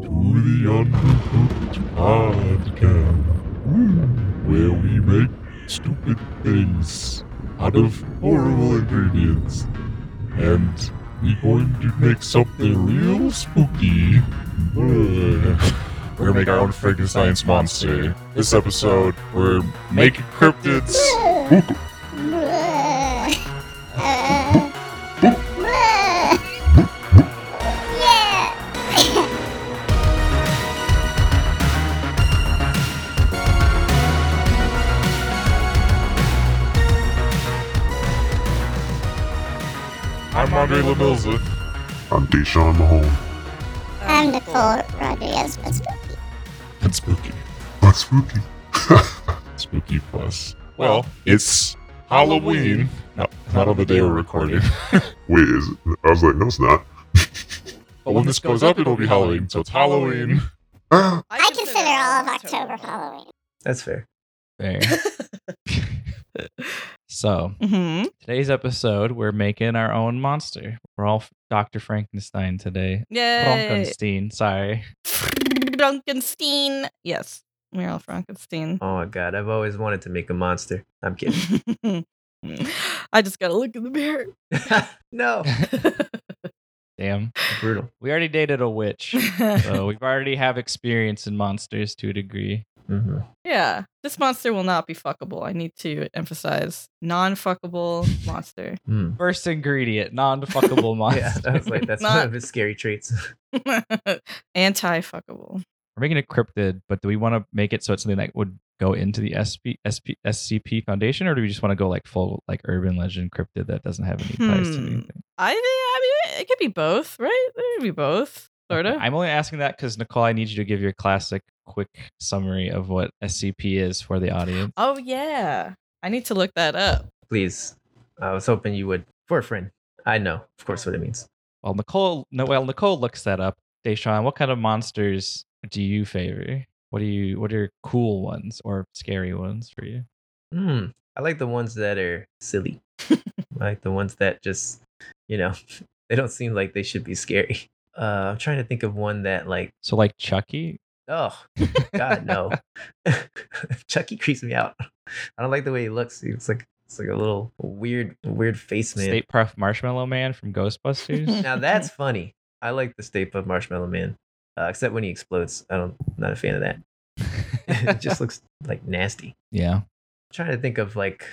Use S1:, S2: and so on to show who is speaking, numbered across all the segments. S1: the Uncooked Podcast, where we make stupid things out of horrible ingredients. And we're going to make something real spooky. We're gonna make our own Frankenstein's monster. This episode, we're making cryptids.
S2: Yeah.
S1: I'm Andre LaMilza.
S3: I'm Deshaun Mahone.
S2: I'm Nicole Rodriguez but spooky.
S1: And spooky.
S3: That's spooky.
S1: Spooky Plus. Well, it's Halloween. No, not on the day we're recording.
S3: Wait, is it? I was like, no, it's not.
S1: But when this goes up, it'll be Halloween. So it's Halloween.
S3: Ah,
S2: I consider all of October Halloween.
S4: That's fair.
S5: There. so
S6: Mm-hmm.
S5: today's episode, we're making our own monster. We're all Dr. Frankenstein today.
S6: Yay.
S5: Frankenstein, sorry.
S6: Frankenstein. Yes, we're all Frankenstein.
S4: Oh my god, I've always wanted to make a monster. I'm kidding.
S6: I just gotta look in the mirror.
S4: no.
S5: Damn.
S4: Brutal.
S5: We already dated a witch. So we've already have experience in monsters to a degree.
S4: hmm
S6: yeah, this monster will not be fuckable. I need to emphasize non-fuckable monster.
S5: First ingredient, non-fuckable monster.
S4: Hmm. Yeah, I was like, that's one
S6: Not-
S4: of his scary traits.
S6: Anti-fuckable.
S5: We're making a cryptid, but do we want to make it so it's something that would go into the SP, SP, SCP Foundation, or do we just want to go like full like urban legend cryptid that doesn't have any ties to
S6: Hmm.
S5: anything?
S6: I think. I mean, it could be both, right? It could be both, sort of.
S5: I'm only asking that because Nicole, I need you to give your classic quick summary of what SCP is for the audience.
S6: Oh yeah, I need to look that up.
S4: Please. I was hoping you would for a friend. I know, of course, what it means.
S5: While Nicole, no, while Nicole looks that up, Deshaun, what kind of monsters do you favor? What do you? What are cool ones or scary ones for you?
S4: Hmm. I like the ones that are silly. I like the ones that just, you know, they don't seem like they should be scary. Uh, I'm trying to think of one that like
S5: So like Chucky.
S4: Oh God, no! Chucky creeps me out. I don't like the way he looks. He's like it's like a little weird, weird face man.
S5: State Prof Marshmallow Man from Ghostbusters.
S4: Now that's funny. I like the State of Marshmallow Man, uh, except when he explodes. I don't, not a fan of that. it just looks like nasty. I'm
S5: yeah.
S4: trying to think of like,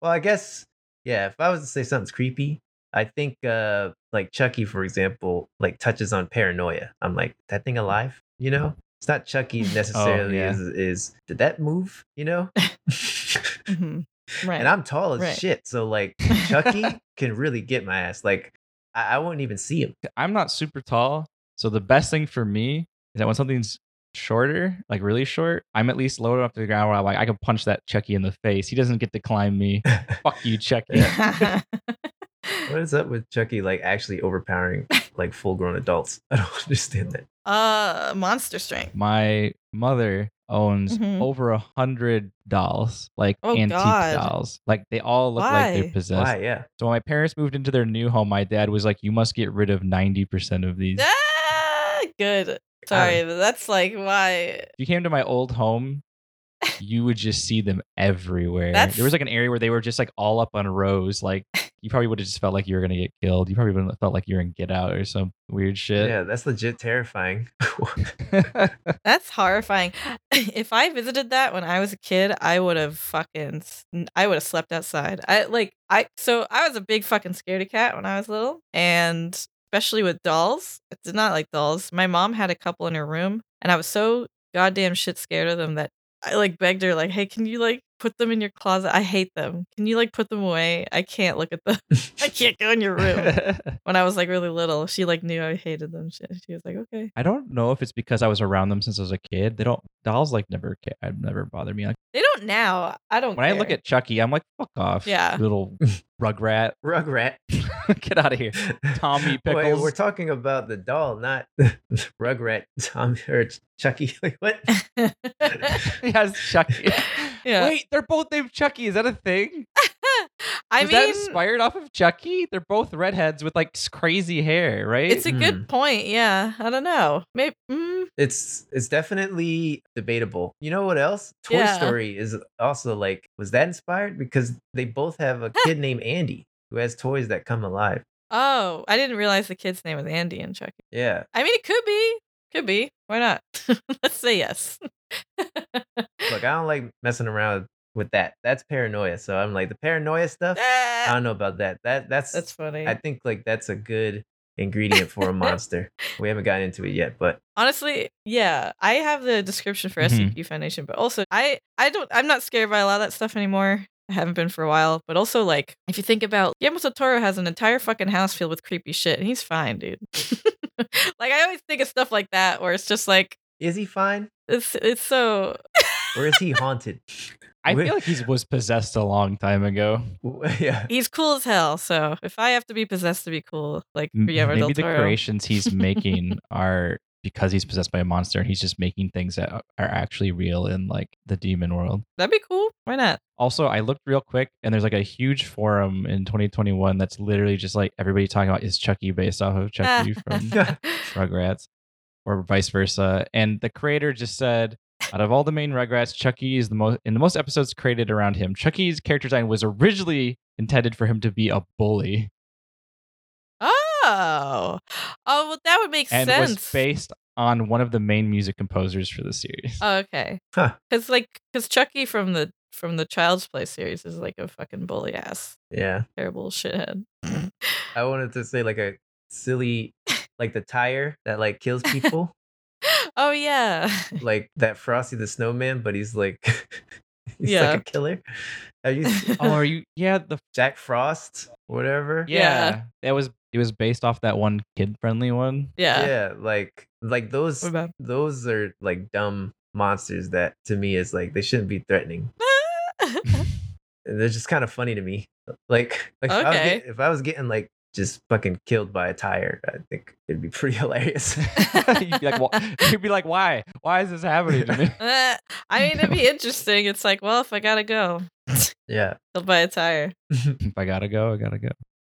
S4: well, I guess yeah. If I was to say something's creepy, I think uh like Chucky, for example, like touches on paranoia. I'm like that thing alive, you know. It's not Chucky necessarily
S5: yeah.
S4: is, is did that move, you know?
S6: Mhm. Right.
S4: and I'm tall as
S6: right.
S4: shit. So like Chucky can really get my ass. Like I, I won't even see him.
S5: I'm not super tall, so the best thing for me is that when something's shorter, like really short, I'm at least low enough to the ground where I'm like, I can punch that Chucky in the face. He doesn't get to climb me. Fuck you, Chucky.
S4: What is up with Chucky like actually overpowering like full grown adults? I don't understand that.
S6: uh, monster strength.
S5: My mother owns
S6: Mhm.
S5: over a hundred dolls, like
S6: Oh,
S5: antique
S6: God.
S5: dolls. Like they all look like
S6: Why?
S5: they're possessed.
S4: Why? Yeah.
S5: So when my parents moved into their new home, my dad was like, "You must get rid of ninety percent of these."
S6: Ah, good. Sorry, but that's like why.
S5: if you came to my old home, you would just see them everywhere.
S6: That's-
S5: There was like an area where they were just like all up on rows. Like you probably would have just felt like you were gonna get killed. You probably would have felt like you were in Get Out or some weird shit.
S4: Yeah, that's legit terrifying.
S6: That's horrifying. if I visited that when I was a kid, I would have fucking. s- I would have slept outside. I like I. So I was a big fucking scaredy cat when I was little, and especially with dolls. I did not like dolls. My mom had a couple in her room, and I was so goddamn shit scared of them that I like begged her, like, "Hey, can you like put them in your closet? I hate them. Can you like put them away? I can't look at them. I can't go in your room." when I was like really little, she like knew I hated them. She, she was like, okay.
S5: I don't know if it's because I was around them since I was a kid. They don't dolls like never ca- I've never bothered me. Like
S6: They don't now. I don't.
S5: when I look
S6: care.
S5: at Chucky, I'm like, fuck off,
S6: Yeah.
S5: little rugrat,
S4: Rugrat.
S5: get out of here. Tommy
S4: Wait, we're
S5: Pickles.
S4: talking about the doll, not Rugrat Tommy or Ch- Chucky. Like what?
S5: He has Chucky.
S6: Yeah.
S5: Wait, they're both named Chucky. Is that a thing?
S6: I
S5: Was
S6: mean,
S5: that inspired off of Chucky? They're both redheads with like s- crazy hair, right?
S6: it's a
S4: Hmm.
S6: good point. Yeah, I don't know. Maybe mm,
S4: It's it's definitely debatable. You know what else? Toy
S6: Yeah.
S4: Story is also like was that inspired because they both have a kid named Andy who has toys that come alive.
S6: Oh, I didn't realize the kid's name was Andy and Chucky.
S4: Yeah.
S6: I mean, it could be. Could be. Why not? Let's say yes.
S4: Look, I don't like messing around with that. That's paranoia. So I'm like the paranoia stuff. I
S6: Ah,
S4: don't know about that. That that's,
S6: that's funny.
S4: I think like that's a good ingredient for a monster. we haven't gotten into it yet, but
S6: Honestly, yeah, I have the description for
S5: Mhm.
S6: SCP Foundation, but also I I don't I'm not scared by a lot of that stuff anymore. I haven't been for a while, but also like if you think about Guillermo del Toro has an entire fucking house filled with creepy shit, and he's fine, dude. like I always think of stuff like that where it's just like
S4: is he fine
S6: it's it's so
S4: or is he haunted?
S5: I
S4: Wait.
S5: feel like he was possessed a long time ago.
S4: yeah.
S6: he's cool as hell. So if I have to be possessed to be cool, like
S5: M-
S6: Guillermo
S5: Maybe
S6: del
S5: the
S6: Toro,
S5: creations he's making are because he's possessed by a monster and he's just making things that are actually real in like the demon world.
S6: that'd be cool. Why not?
S5: Also, I looked real quick and there's like a huge forum in 2021 that's literally just like everybody talking about is Chucky based off of Chucky from Rugrats or vice versa. And the creator just said, out of all the main Rugrats, Chucky is the most in the most episodes created around him. Chucky's character design was originally intended for him to be a bully
S6: Oh, oh well, that would make
S5: and
S6: sense.
S5: was based on one of the main music composers for the series.
S6: Oh, okay.
S4: Huh.
S6: Because like, because Chucky from the from the Child's Play series is like a fucking bully ass,
S4: Yeah.
S6: terrible shithead.
S4: I wanted to say like a silly like the tire that like kills people,
S6: oh yeah,
S4: like that Frosty the Snowman, but he's like he's
S6: Yeah.
S4: like a killer. Have you seen
S5: oh, are you? Yeah, the
S4: Jack Frost, whatever?
S5: yeah, that was it was based off that one kid friendly one.
S6: yeah.
S4: Yeah, like like those
S6: What about?
S4: those are like dumb monsters that to me is like they shouldn't be threatening. And they're just kind of funny to me. Like, like if, I was
S6: Okay.
S4: get- if I was getting like just fucking killed by a tire, I think it'd be pretty hilarious.
S5: you'd be like, "Wha- you'd be like, why? Why is this happening to me?
S6: Uh, I mean, it'd be interesting. It's like, well, if I gotta go,
S4: yeah.
S6: they'll buy a tire.
S5: if I gotta go, I gotta go.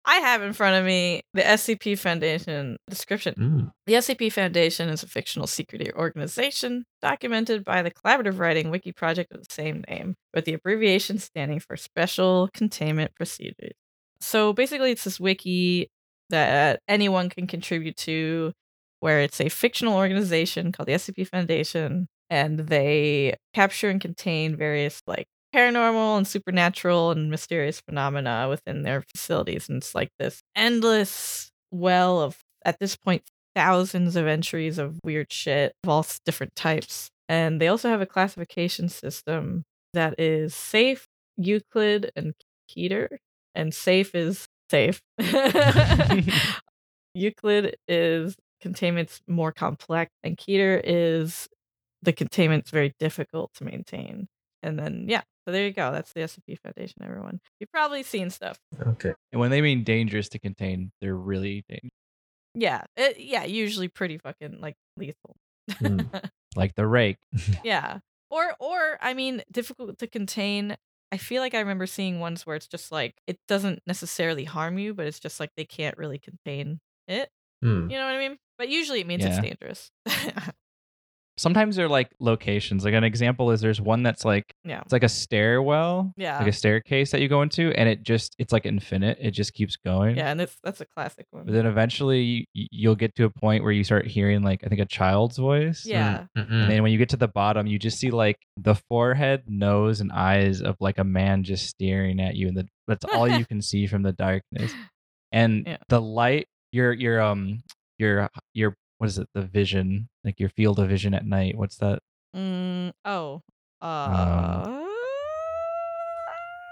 S6: I have in front of me the SCP Foundation description.
S4: Mm.
S6: The SCP Foundation is a fictional secret organization documented by the collaborative writing wiki project of the same name, with the abbreviation standing for Special Containment Procedures. So basically, it's this wiki that anyone can contribute to, where it's a fictional organization called the SCP Foundation, and they capture and contain various like paranormal and supernatural and mysterious phenomena within their facilities. And it's like this endless well of, at this point, thousands of entries of weird shit of all s- different types. And they also have a classification system that is safe, Euclid, and Keter. And safe is safe. Euclid is containment's more complex, and Keter is the containment's very difficult to maintain. And then, yeah, so there you go. That's the SCP Foundation, everyone. You've probably seen stuff.
S4: Okay.
S5: And when they mean dangerous to contain, they're really dangerous.
S6: Yeah, it, yeah, usually pretty fucking like lethal.
S4: Hmm.
S5: Like the rake.
S6: yeah or or i mean difficult to contain i feel like i remember seeing ones where it's just like it doesn't necessarily harm you but it's just like they can't really contain it
S4: Hmm.
S6: you know what i mean but usually it means it's
S5: Mm. Yeah.
S6: dangerous
S5: Sometimes they're like locations. Like an example is there's one that's like
S6: yeah
S5: it's like a stairwell,
S6: yeah
S5: like a staircase that you go into, and it just it's like infinite. It just keeps going.
S6: yeah and that's that's a classic one
S5: But then eventually y- you'll get to a point where you start hearing like I think a child's voice.
S6: yeah
S5: And
S4: Mm-mm.
S5: then when you get to the bottom, you just see like the forehead, nose, and eyes of like a man just staring at you, and the, that's all you can see from the darkness. And
S6: Yeah.
S5: the light, your your um your your what is it? The vision, like your field of vision at night. What's that?
S6: mm, oh
S5: Um.
S6: uh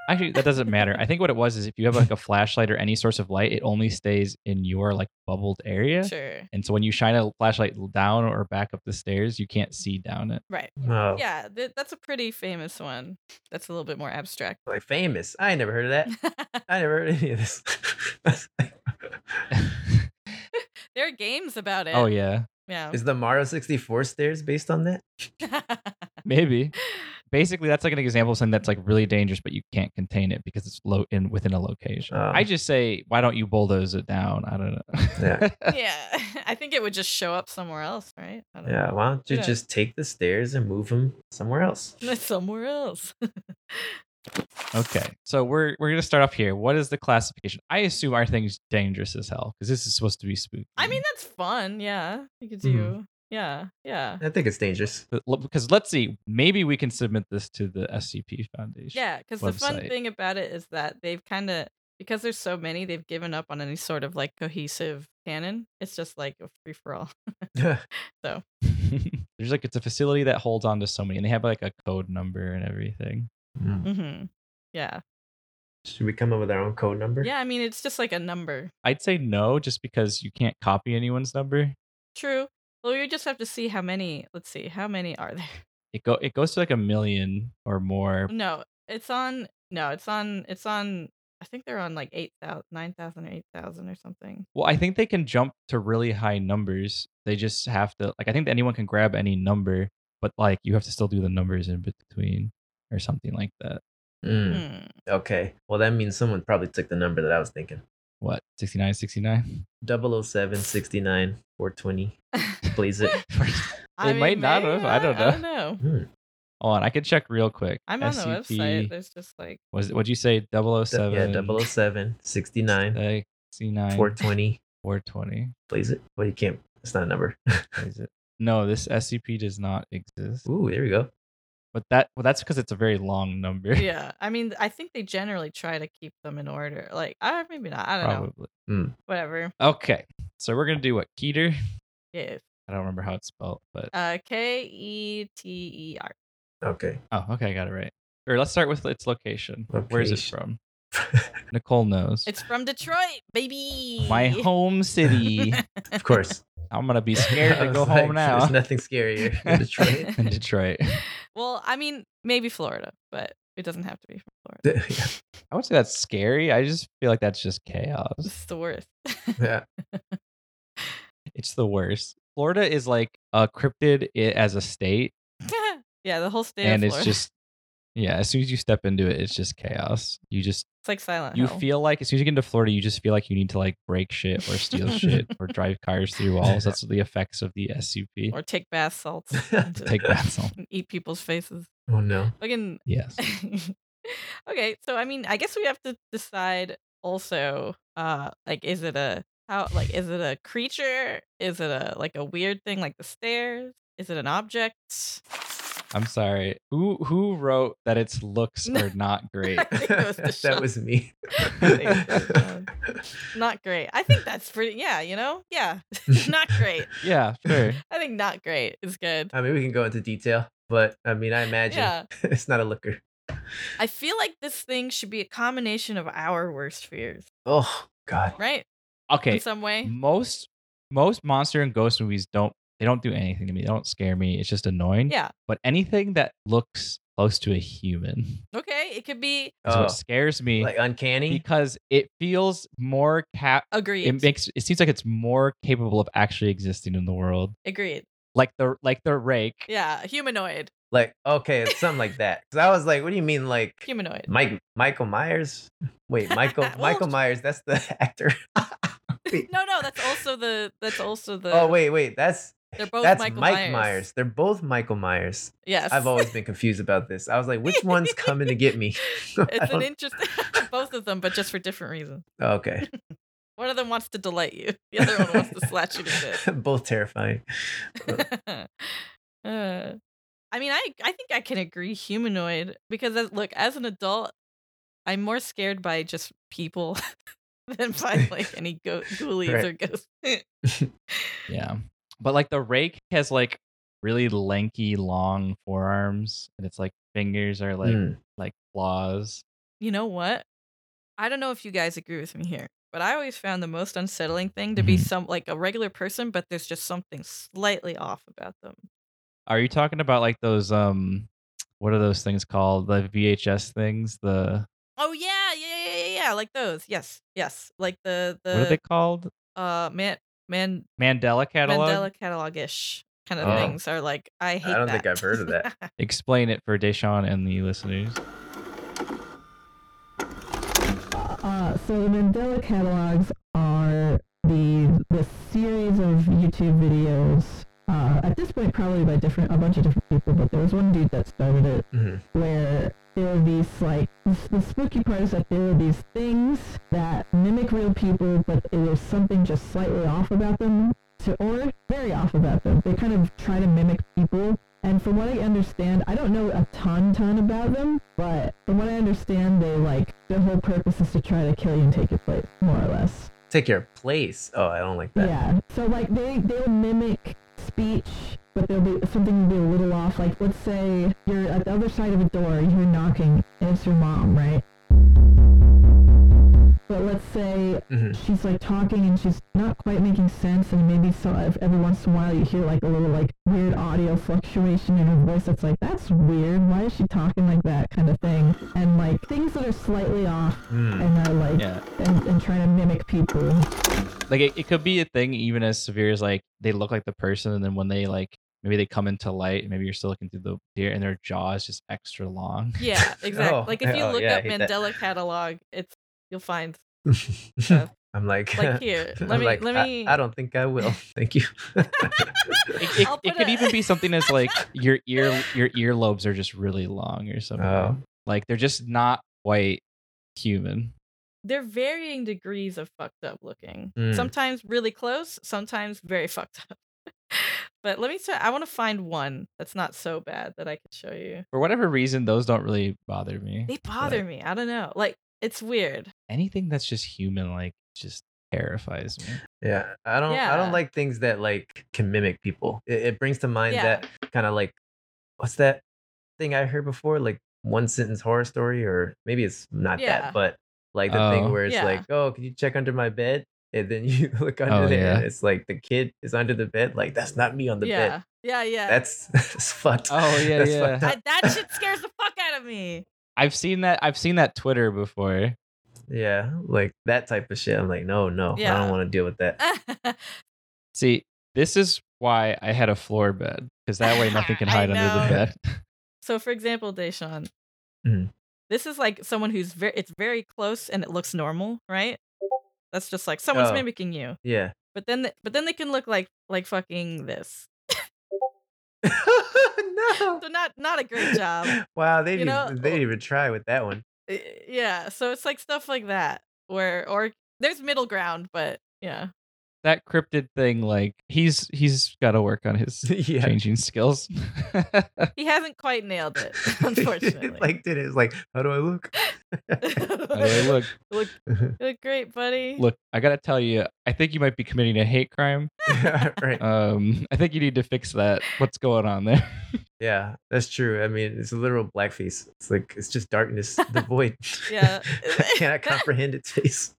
S5: Actually, that doesn't matter. I think what it was is if you have like a flashlight or any source of light, it only stays in your like bubbled area.
S6: sure
S5: And so when you shine a flashlight down or back up the stairs, you can't see down it.
S6: right
S4: Oh,
S6: yeah th- that's a pretty famous one that's a little bit more abstract
S4: Like famous. I ain't never heard of that. I never heard any of this.
S6: there are games about it
S5: oh yeah,
S6: yeah
S4: Is the Mario 64 stairs based on that?
S5: maybe. basically that's like an example of something that's like really dangerous, but you can't contain it because it's low in within a location.
S4: Um,
S5: I just say, why don't you bulldoze it down? I don't know.
S6: yeah, I think it would just show up somewhere else, right? I don't
S4: Yeah, why don't you
S6: Yeah.
S4: just take the stairs and move them somewhere else?
S6: know. somewhere else.
S5: okay. So we're we're gonna start off here. What is the classification? I assume our thing's dangerous as hell because this is supposed to be spooky.
S6: I mean, that's fun. Yeah, you could do. Yeah, yeah,
S4: I think it's dangerous.
S5: because let's see, maybe we can submit this to the SCP Foundation.
S6: yeah. Because the fun
S5: Website.
S6: thing about it is that they've kind of because there's so many, they've given up on any sort of like cohesive canon. It's just like a free for all.
S5: There's like it's a facility that holds on to so many, and they have like a code number and everything.
S4: Mm.
S6: Mm-hmm. Yeah,
S4: Should we come up with our own code number?
S6: yeah. I mean, it's just like a number.
S5: I'd say no, just because you can't copy anyone's number.
S6: True. Well, you just have to see how many. Let's see, how many are there?
S5: It go it goes to like a million or more.
S6: No, it's on. No, it's on. It's on. I think they're on like 8,000, 9,000 or 8,000 or something.
S5: Well, I think they can jump to really high numbers. They just have to like I think that anyone can grab any number, but like you have to still do the numbers in between or something like that.
S4: Mm,
S6: Hmm.
S4: Okay. Well, that means someone probably took the number that I was thinking.
S5: What 69, 69?
S4: 007, 69, 420. Blaze it. Hmm,
S5: They might not
S6: maybe
S5: have, I don't
S6: I don't know.
S5: Hold on, I could check real quick.
S6: I'm on the
S5: SCP
S6: website. There's just like
S5: Was would you say 007?
S4: Yeah, 007, 69,
S5: 69,
S4: 420.
S5: 420.
S4: Blaze it. Well, you can't. It's not a number.
S5: Is it? No, this SCP does not exist.
S4: Ooh, there we go.
S5: But that well, that's because it's a very long number.
S6: yeah. I mean, I think they generally try to keep them in order. Like, I maybe not. I don't know.
S5: probably.
S6: Whatever.
S5: Okay, so we're gonna do what Keter.
S6: Yeah.
S5: I don't remember how it's spelled, but
S6: Uh, K E T E R.
S4: Okay.
S5: oh, okay, I got it right. Or let's start with its location. Where's it from?
S4: of
S5: Nicole knows.
S6: It's E. from Detroit, baby.
S5: my home city.
S6: of
S4: course.
S5: I'm gonna be scared
S4: I
S5: to
S4: was
S5: go
S4: like,
S5: home now.
S4: There's nothing scarier than Detroit.
S5: In Detroit,
S6: Well, I mean, maybe Florida, but it doesn't have to be from Florida.
S5: I would say that's scary. I just feel like that's just chaos.
S6: It's the worst.
S4: yeah.
S5: It's the worst. Florida is like a cryptid i- as a state,
S6: yeah, the whole state
S5: and
S6: of
S5: it's
S6: Florida.
S5: just yeah. As soon as you step into it, it's just chaos. You just
S6: it's like silent.
S5: you
S6: Hill.
S5: feel like as soon as you get into Florida, you just feel like you need to like break shit or steal shit or drive cars through walls. That's the effects of the SCP.
S6: or take bath salts, and just
S5: Take that song.
S6: eat people's faces.
S4: Oh, no.
S6: Fucking
S5: Yes.
S6: okay, so I mean, I guess we have to decide also uh like is it a how like is it a creature? Is it a like a weird thing like the stairs? Is it an object?
S5: I'm sorry. Who who wrote that its looks are not great?
S6: I think it was the
S4: that
S6: shot.
S4: was me.
S6: Not great. I think that's pretty yeah, you know? Yeah. not great.
S5: Yeah, sure.
S6: I think not great is good.
S4: I mean, we can go into detail, but I mean, I imagine
S6: Yeah.
S4: it's not a looker.
S6: I feel like this thing should be a combination of our worst fears,
S4: Oh, God.
S6: right?
S5: Okay.
S6: In some way.
S5: Most most monster and ghost movies don't they don't do anything to me. They don't scare me. It's just annoying.
S6: Yeah.
S5: But anything that looks close to a human is
S6: Okay. It could be
S4: Oh,
S5: what scares me
S4: like uncanny?
S5: because it feels more cap
S6: agreed.
S5: it makes it seems like it's more capable of actually existing in the world
S6: agreed.
S5: like the like the rake
S6: Yeah. Humanoid.
S4: Like, okay, it's something like that. Because I was like, what do you mean, like,
S6: Humanoid.
S4: Mike Michael Myers? Wait, Michael
S6: Well-
S4: Michael Myers, that's the actor. Wait.
S6: No, no, that's also the that's also the
S4: oh, wait, wait, that's
S6: They're both
S4: that's
S6: Michael
S4: Mike
S6: Myers.
S4: They're both Michael Myers.
S6: Yes.
S4: I've always been confused about this. I was like, which one's coming to get me? I
S6: it's an
S4: don't-
S6: interesting both of them, but just for different reasons.
S4: Oh, okay.
S6: One of them wants to delight you. The other one wants to slash you to
S4: both terrifying.
S6: bit. Uh, I mean, I I think I can agree humanoid because as, look, as an adult, I'm more scared by just people than by like any go- ghoulies
S4: Right.
S6: or ghosts.
S5: yeah but like the rake has like really lanky long forearms and it's like fingers are like
S4: Mm.
S5: like claws
S6: you know what? I don't know if you guys agree with me here, but I always found the most unsettling thing to be
S4: Mm-hmm.
S5: Mhm.
S6: some like a regular person, but there's just something slightly off about them.
S5: are you talking about like those um what are those things called the vhs things the
S6: Oh yeah, yeah, yeah, yeah, yeah, like those. Yes, yes, like the
S5: what are they
S6: the
S5: called
S6: uh man man
S5: mandela catalog
S6: Mandela catalog ish. kind of
S4: Oh.
S6: things are like I hate.
S4: don't
S6: that.
S4: think I've heard of that.
S5: Explain it for Deshaun and the listeners.
S7: Uh, so the Mandela catalogs are the the series of YouTube videos. Uh, at this point, probably by different a bunch of different people, but there was one dude that started it
S4: Mhm.
S7: where there were these like the- the spooky part is that there were these things that mimic real people, but it was something just slightly off about them, to, or very off about them. They kind of try to mimic people, and from what I understand, I don't know a ton ton about them, but from what I understand, they like their whole purpose is to try to kill you and take your place, more or less.
S4: Take your place. Oh, I don't like that.
S7: Yeah. So like they they'll mimic speech, but there'll be something will be a little off. Like let's say you're at the other side of a door, you hear knocking, and it's your mom, right? But let's say
S4: Mhm.
S7: she's like talking and she's not quite making sense, and maybe so if every once in a while you hear like a little like weird audio fluctuation in her voice. That's like that's weird. Why is she talking like that kind of thing? And like things that are slightly off
S4: Mm.
S7: and are like
S5: Yeah.
S7: and, and trying to mimic people.
S5: Like it, it could be a thing even as severe as like they look like the person and then when they like maybe they come into light, maybe you're still looking through the deer and their jaw is just extra long.
S6: Yeah, exactly.
S4: Oh,
S6: like if you
S4: oh,
S6: look
S4: yeah, I
S6: up
S4: hate that.
S6: Mandela catalog, it's you'll find stuff.
S4: I'm like,
S6: uh, Like, here,
S4: I'm
S6: let me-
S4: like,
S6: let
S4: I-
S6: me-
S4: I, don't think I will. Thank you.
S5: It, it,
S6: I'll
S5: it
S6: put
S5: could
S6: a-
S5: even be something as like your ear your earlobes are just really long or something.
S4: Oh.
S5: Like they're just not quite human.
S6: They're varying degrees of fucked up looking.
S4: Mm.
S6: Sometimes really close, sometimes very fucked up. but let me tell I want to find one that's not so bad that I could show you.
S5: For whatever reason, those don't really bother me.
S6: They bother
S5: But
S6: me. I don't know. Like it's weird.
S5: Anything that's just human, like just terrifies me.
S4: yeah, I don't. I
S6: Yeah.
S4: don't like things that like can mimic people. It, it brings to mind
S6: Yeah.
S4: that kind of like, what's that thing I heard before? Like one sentence horror story, or maybe it's not
S6: Yeah.
S4: that, but like the
S5: Oh.
S4: thing where it's
S6: Yeah.
S4: like, oh, can you check under my bed? And then you look under
S5: Oh,
S4: there, and
S5: yeah.
S4: it's like the kid is under the bed. Like that's not me on the
S6: yeah.
S4: bed.
S6: Yeah, yeah.
S4: That's that's fucked.
S5: Oh, yeah,
S4: That's
S5: yeah.
S4: fucked up.
S6: I, that shit scares the fuck out of me.
S5: I've seen that. I've seen that Twitter before.
S4: Yeah, like that type of shit. I'm like, no, no, I
S6: Yeah. Uh
S4: don't want to deal with that.
S5: See, this is why I had a floor bed because that way nothing can
S6: I
S5: hide under the
S6: know.
S5: bed.
S6: so for example, Deshaun,
S4: Mm.
S6: this is like someone who's very it's very close and it looks normal, right? That's just like someone's
S4: Oh.
S6: mimicking you.
S4: Yeah.
S6: But then, th- but then they can look like like fucking this.
S4: no.
S6: So not not a great job.
S4: Wow, they
S6: You
S4: didn't,
S6: know-
S4: they didn't even try with that one.
S6: Uh, yeah. So it's like stuff like that where or there's middle ground, but yeah.
S5: that cryptid thing, like he's he's got to work on his
S4: yeah.
S5: changing skills.
S6: He hasn't quite nailed it, unfortunately.
S4: like "Oh, did it. It's like, how do I look?
S5: Anyway, look,
S6: look, look great, buddy.
S5: look, I gotta tell you, I think you might be committing a hate crime.
S4: right.
S5: Um, I think you need to fix that. What's going on there?
S4: Yeah, that's true. I mean, it's a literal blackface. It's like it's just darkness, the void.
S6: Yeah.
S4: I cannot comprehend its face.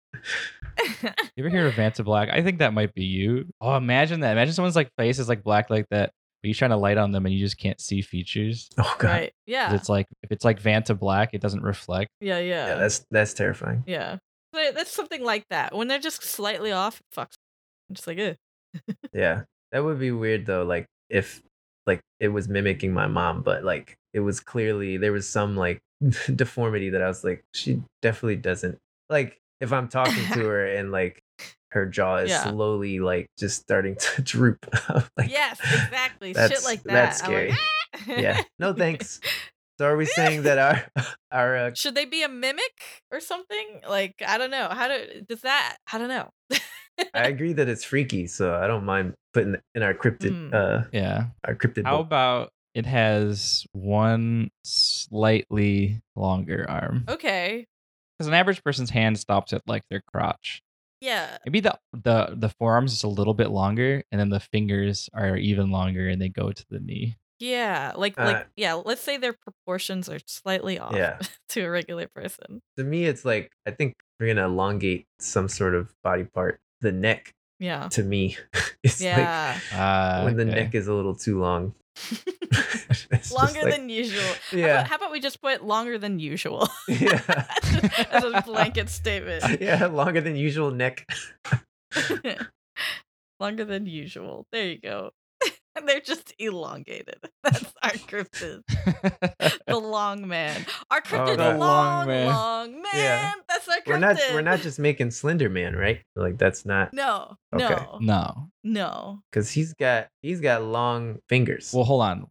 S5: You ever hear of Vanta Black? I think that might be you. Oh, imagine that. Imagine someone's like face is like black like that, but you're trying to light on them and you just can't see features. 'Cause
S4: Oh god.
S6: right. Yeah.
S5: It's like if it's like Vanta Black, it doesn't reflect.
S6: yeah. Yeah.
S4: Yeah, that's that's terrifying.
S6: yeah. But that's something like that. When they're just slightly off, it fucks. I'm just like, eh.
S4: Yeah. That would be weird though, like if like it was mimicking my mom, but like it was clearly there was some like deformity that I was like, she definitely doesn't like if I'm talking to her and like her jaw is
S6: Yeah.
S4: slowly like just starting to droop. I'm like,
S6: yes, exactly. Shit
S4: that's-
S6: like that.
S4: that's
S6: I'm like,
S4: scary.
S6: "Ah!"
S4: Yeah. No thanks. So are we saying that our our uh,
S6: should they be a mimic or something like i don't know how do does that i don't know
S4: I agree that it's freaky, so I don't mind putting it in our cryptid
S6: Mm.
S4: uh
S5: Yeah.
S4: our cryptid
S5: How
S4: book.
S5: about it has one slightly longer arm?
S6: Oh. okay
S5: Because an average person's hand stops at like their crotch.
S6: yeah
S5: Maybe the the the forearms is a little bit longer, and then the fingers are even longer, and they go to the knee.
S6: yeah like
S4: Uh,
S6: like yeah let's say their proportions are slightly off
S4: Yeah.
S6: to a regular person
S4: To me it's like I think we're gonna elongate some sort of body part. The neck
S6: yeah
S4: to me. It's
S6: Yeah.
S5: Uh,
S4: like when the
S5: okay.
S4: neck is a little too long. It's just
S6: longer
S4: like-
S6: than usual How about- how
S4: Yeah.
S6: about, we just put longer than usual
S4: Yeah.
S6: as a blanket statement
S4: yeah, longer than usual neck.
S6: longer than usual there you go They're just elongated. That's our cryptid. the long man. Our cryptid's
S4: Oh, the
S6: long,
S5: long
S6: long
S5: man.
S6: man.
S4: Yeah.
S6: That's our cryptid.
S4: We're not we're not just making Slender Man, right? Like that's not
S6: No.
S4: Okay.
S6: No.
S5: no.
S6: No.
S4: because he's got he's got long fingers.
S5: Well, hold on.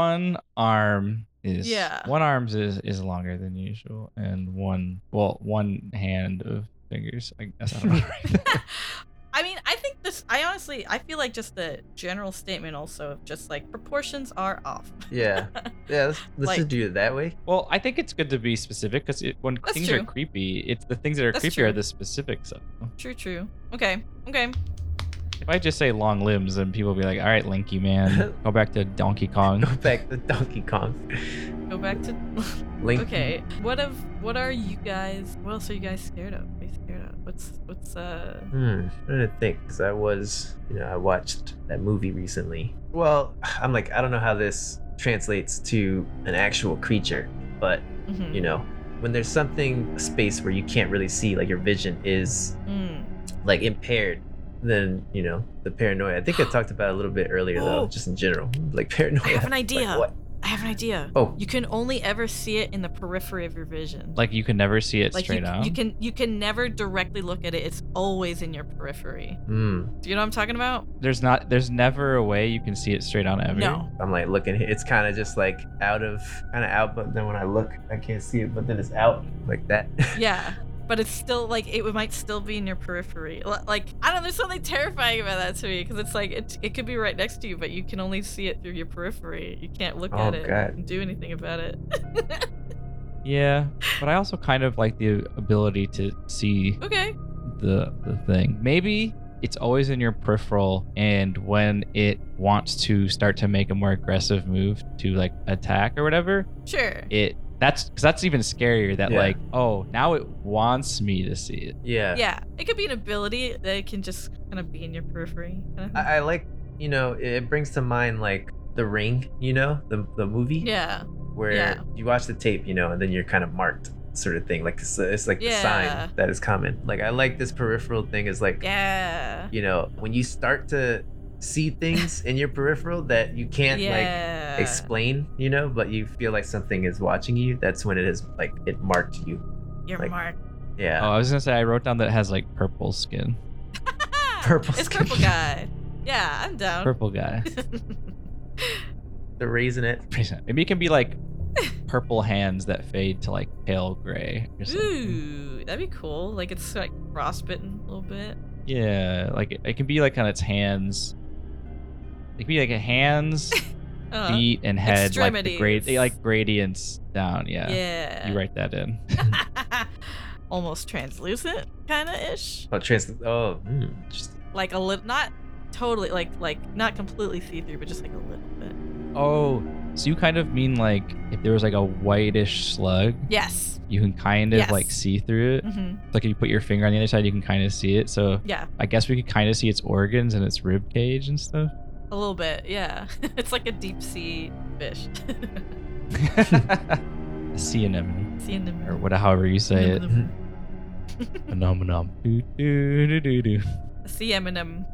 S5: One arm is
S6: Yeah.
S5: One arms is is longer than usual, and one well one hand of fingers. I guess I don't know.
S6: I mean, I think this. I honestly, I feel like just the general statement also of just like proportions are off.
S4: yeah, yeah. Let's, let's
S6: Like-
S4: just do it that way.
S5: well, I think it's good to be specific because when
S6: That's
S5: things are
S6: true.
S5: creepy, it's the things that are
S6: That's
S5: creepy are
S6: true.
S5: the specifics of. them.
S6: True. True. Okay. Okay.
S5: If I just say long limbs, then people will be like, "All right, Linky man, go back to Donkey Kong."
S4: Go back to Donkey Kong.
S6: Go back to.
S4: Link.
S6: okay. What of? What are you guys? What else are you guys scared of? What are you scared of? What's? What's? Uh.
S4: Hmm. I'm trying to think because I was, you know, I watched that movie recently. Well, I'm like, I don't know how this translates to an actual creature, but
S6: mhm,
S4: you know, when there's something a space where you can't really see, like your vision is
S6: mm.
S4: like impaired, then you know the paranoia. I think I talked about it a little bit earlier though,
S6: Oh.
S4: just in general, like paranoia.
S6: I have an
S4: Like,
S6: idea.
S4: what?
S6: I have an idea.
S4: Oh.
S6: You can only ever see it in the periphery of your vision.
S5: Like you can never see it
S6: Like you,
S5: straight
S6: c-
S5: on.
S6: you can you can never directly look at it. It's always in your periphery.
S4: Hmm.
S6: Do you know what I'm talking about?
S5: There's not. There's never a way you can see it straight on ever.
S6: No.
S4: I'm like looking. It's kind of just like out of, kind of out. But then when I look, I can't see it. But then it's out like that.
S6: Yeah. But it's still like it might still be in your periphery. L- Like I don't know, there's something terrifying about that to me because it's like it, it could be right next to you, but you can only see it through your periphery. You can't look
S4: Oh,
S6: at it
S4: God.
S6: and do anything about it.
S5: Yeah, but I also kind of like the ability to see
S6: okay.
S5: the the thing. Maybe it's always in your peripheral, and when it wants to start to make a more aggressive move to like attack or whatever,
S6: Sure.
S5: it that's because that's even scarier. That
S4: Yeah.
S5: like, oh, now it wants me to see it.
S4: yeah.
S6: yeah. It could be an ability that it can just kind of be in your periphery. kinda thing.
S4: I, I like. You know, it- it brings to mind like the ring. You know, the the movie.
S6: yeah.
S4: Where
S6: yeah.
S4: you watch the tape, you know, and then you're kind of marked, sort of thing. Like it's, it's like the
S6: Yeah.
S4: sign that is common. Like I like this peripheral thing. Is like
S6: Yeah.
S4: you know when you start to see things in your peripheral that you can't like
S6: yeah.
S4: explain, you know, but you feel like something is watching you, that's when it is like it marked you.
S6: Your
S4: like-
S6: mark.
S4: Yeah.
S5: Oh, I was gonna say I wrote down that it has like purple skin.
S4: Purple
S6: Ah, It's
S4: skin.
S6: purple guy. Yeah, I'm down.
S5: Purple guy.
S4: the raisin it.
S5: Maybe it can be like purple hands that fade to like pale gray or something.
S6: Ooh, that'd be cool. Like it's like frostbitten a little bit.
S5: Yeah, like it, it can be like on its hands. It can be like a hands,
S6: Uh,
S5: feet, and head. Like the grade, they
S6: Extremities.
S5: like gradients down. Yeah,
S6: yeah.
S5: you write that in.
S6: Almost translucent, kind of ish.
S4: Oh, trans. Oh, mm, just,
S6: Like a little, not totally, like like not completely see through, but just like a little bit.
S5: oh, so you kind of mean like if there was like a whitish slug,
S6: Yes.
S5: you can kind of
S6: Yes.
S5: like see through it.
S6: hmm
S5: Like if you put your finger on the other side, you can kind of see it. So
S6: Yeah,
S5: I guess we could kind of see its organs and its rib cage and stuff.
S6: a little bit. Yeah, it's like a deep sea fish.
S5: A sea anemone,
S6: sea anemone.
S5: or whatever, however you say it.
S6: Anemone.
S5: Phenomenon. Do, do, do, do, do.
S6: A sea M&M.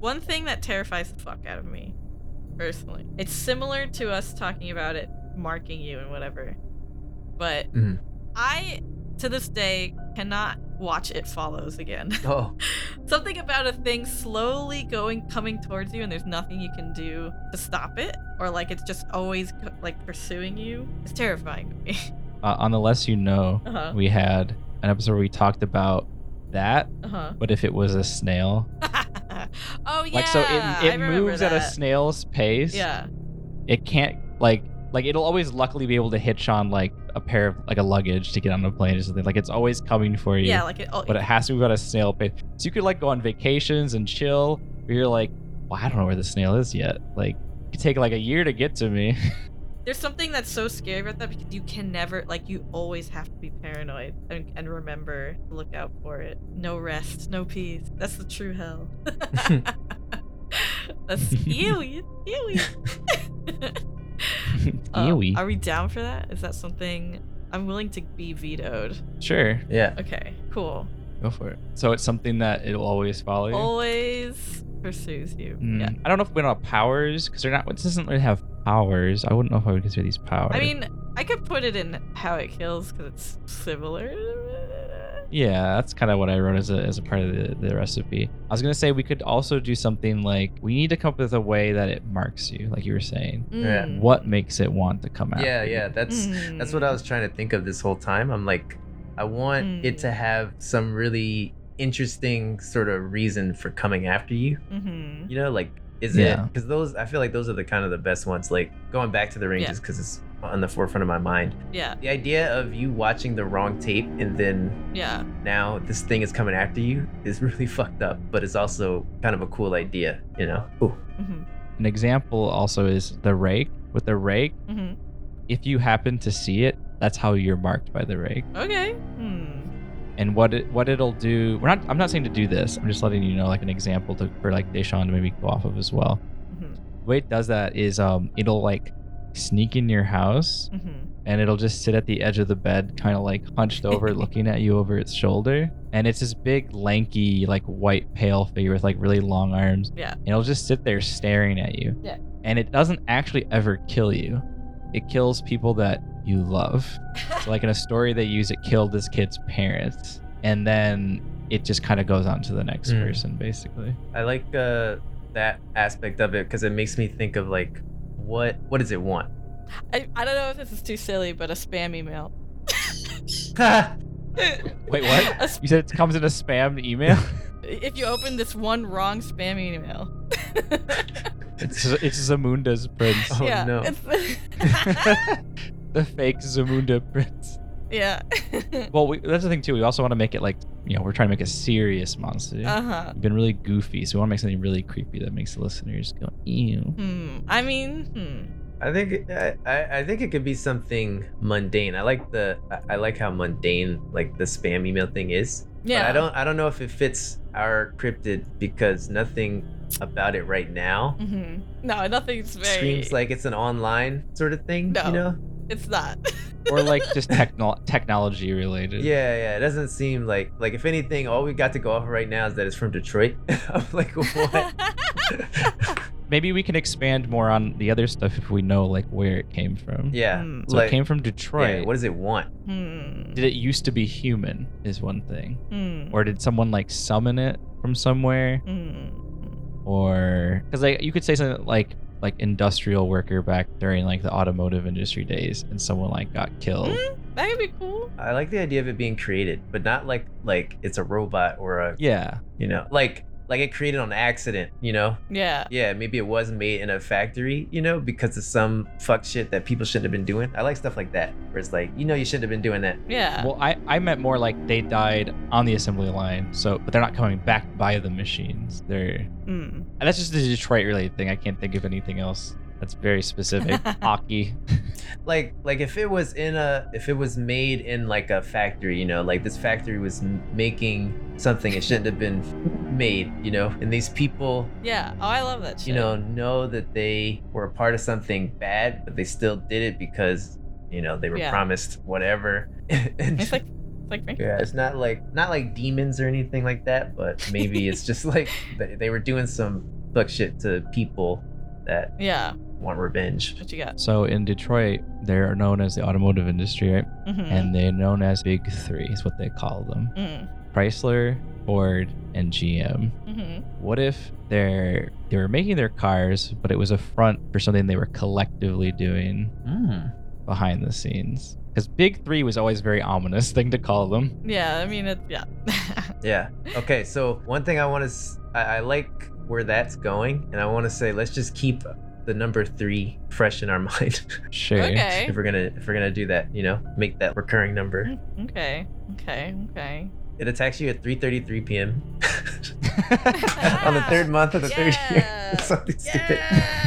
S6: One thing that terrifies the fuck out of me, personally, it's similar to us talking about it marking you and whatever, but
S5: Mm-hmm.
S4: Mhm.
S6: I, to this day, cannot watch It Follows again.
S4: oh,
S6: Something about a thing slowly going, coming towards you, and there's nothing you can do to stop it, or like it's just always co- like pursuing you. It's terrifying to me.
S5: Uh, on the less you know,
S6: Uh
S5: we had an episode where we talked about that,
S6: huh.
S5: but if it was a snail,
S6: Uh huh. uh-huh. oh yeah.
S5: like so
S6: I
S5: it, it
S6: remember
S5: moves at a
S6: that.
S5: snail's pace.
S6: Yeah.
S5: It can't like like it'll always luckily be able to hitch on like a pair of like a luggage to get on a plane or something. Like it's always coming for you.
S6: Yeah. Like it. Oh,
S5: but it has to move at a snail pace. So you could like go on vacations and chill, but you're like, well, I don't know where the snail is yet. Like it could take like a year to get to me.
S6: There's something that's so scary about that because you can never, like, you always have to be paranoid and, and remember to look out for it. No rest, no peace. That's the true hell. that's ew, ew. Uh,
S5: Ewy.
S6: Are we down for that? Is that something I'm willing to be vetoed?
S5: sure,
S4: yeah.
S6: Okay, cool.
S5: go for it. So it's something that it'll always follow you.
S6: Always pursues you.
S4: Hmm.
S5: Mm,
S6: Oh, Yeah.
S5: I don't know if we're not powers because they're not. This doesn't really have powers. I wouldn't know if I would consider these powers.
S6: I mean, I could put it in how it kills because it's similar.
S5: yeah, that's kind of what I wrote as a as a part of the, the recipe. I was gonna say we could also do something like we need to come up with a way that it marks you, like you were saying.
S4: Yeah.
S6: Mm.
S5: What makes it want to come out?
S4: Yeah, yeah, that's
S6: Hmm.
S4: that's what I was trying to think of this whole time. I'm like, I want it to have some really interesting sort of reason for coming after you.
S6: Mm-hmm.
S4: You know, like is
S5: Yeah.
S4: it because those I feel like those are the kind of the best ones. Like going back to the
S6: Yeah.
S4: ranges because it's on the forefront of my mind.
S6: Yeah,
S4: The idea of you watching the wrong tape and then
S6: yeah,
S4: now this thing is coming after you is really fucked up, but it's also kind of a cool idea. You know? Ooh.
S6: hmm
S5: An example also is the rake. With the rake,
S6: hmm
S5: if you happen to see it, that's how you're marked by the rake.
S6: okay. Hmm.
S5: and what it what it'll do. We're not. I'm not saying to do this. I'm just letting you know, like an example to, for like Deshaun to maybe go off of as well.
S6: Mhm.
S5: The way it does that is, um, it'll like sneak in your house
S6: hmm
S5: and it'll just sit at the edge of the bed, kind of like hunched over, looking at you over its shoulder. And it's this big, lanky, like white, pale figure with like really long arms.
S6: Yeah.
S5: And it'll just sit there staring at you.
S6: Yeah.
S5: And it doesn't actually ever kill you. It kills people that you love. So like in a story they use, it killed this kid's parents, and then it just kind of goes on to the next
S4: Mm.
S5: person, basically.
S4: I like uh, that aspect of it because it makes me think of like, what what does it want?
S6: I, I don't know if this is too silly, but a spam email.
S5: Wait, what?
S6: A sp-
S5: You said it comes in a spam email.
S6: if you open this one wrong spam email.
S5: it's it's Zamunda's prince,
S4: Oh,
S6: yeah,
S4: no.
S6: it's-
S5: the fake Zamunda prince.
S6: yeah.
S5: Well, we, that's the thing too. We also want to make it like you know we're trying to make a serious monster.
S4: Uh-huh.
S6: uh huh.
S5: We've been really goofy, so we want to make something really creepy that makes the listeners go ew.
S6: Hmm. I mean, hmm.
S4: I think I, I I think it could be something mundane. I like the I- I like how mundane like the spam email thing is.
S6: Yeah.
S4: But I don't I don't know if it fits our cryptid because nothing about it right now
S6: Mm-hmm. No, nothing's very.
S4: screams like it's an online sort of thing.
S6: No.
S4: You know?
S6: it's not.
S5: Or like just techno- technology related.
S4: Yeah, yeah. It doesn't seem like like if anything, all we got to go off of right now is that it's from Detroit. I'm like, what?
S5: Maybe we can expand more on the other stuff if we know like where it came from.
S4: yeah.
S6: Mm.
S5: So it came from Detroit.
S4: Yeah, what does it want?
S6: Hmm.
S5: did it used to be human is one thing.
S6: Hmm.
S5: Or did someone like summon it from somewhere?
S6: Hmm.
S5: Or because like you could say something like like industrial worker back during like the automotive industry days and someone like got killed.
S4: Mm. Oh.
S6: Hmm, That could be cool.
S4: I like the idea of it being created, but not like like it's a robot or a
S5: Yeah.
S4: you know like like it created on accident, you know?
S6: Yeah.
S4: Yeah, maybe it was made in a factory, you know, because of some fuck shit that people shouldn't have been doing. I like stuff like that, where it's like, you know, you shouldn't have been doing that.
S6: Yeah.
S5: Well, I I meant more like they died on the assembly line. So but they're not coming back by the machines. They're
S6: Hmm.
S5: and that's just the Detroit related thing. I can't think of anything else that's very specific. Hockey.
S4: Like, like if it was in a, if it was made in like a factory, you know, like this factory was m- making something it shouldn't have been made, you know, and these people,
S6: Yeah. Oh, I love that shit.
S4: you know, know that they were a part of something bad, but they still did it because, you know, they were
S6: Yeah.
S4: promised whatever. And-
S6: it's like it's like Frank.
S4: Yeah, it's not like not like demons or anything like that, but maybe it's just like they, they were doing some fuck shit to people that
S6: Yeah.
S4: want revenge.
S6: What you got?
S5: So in Detroit, they're known as the automotive industry, right?
S6: Mm-hmm.
S5: And they're known as Big Three, is what they call them
S6: Mm.
S5: Chrysler, Ford, and GM.
S6: Mm-hmm.
S5: What if they're they were making their cars, but it was a front for something they were collectively doing
S6: Hmm.
S5: behind the scenes? Because Big Three was always a very ominous thing to call them.
S6: Yeah. I mean, it. Yeah.
S4: Yeah. Okay. So one thing I want to I, I like where that's going, and I want to say let's just keep the number three fresh in our mind
S5: Sure.
S6: Okay.
S4: if we're gonna if we're gonna do that. You know, make that recurring number.
S6: Mm, Okay. Okay. Okay.
S4: It attacks you at 3:33 p.m. on the third month of the third
S6: Ah,
S4: year.
S6: Yeah.
S4: Something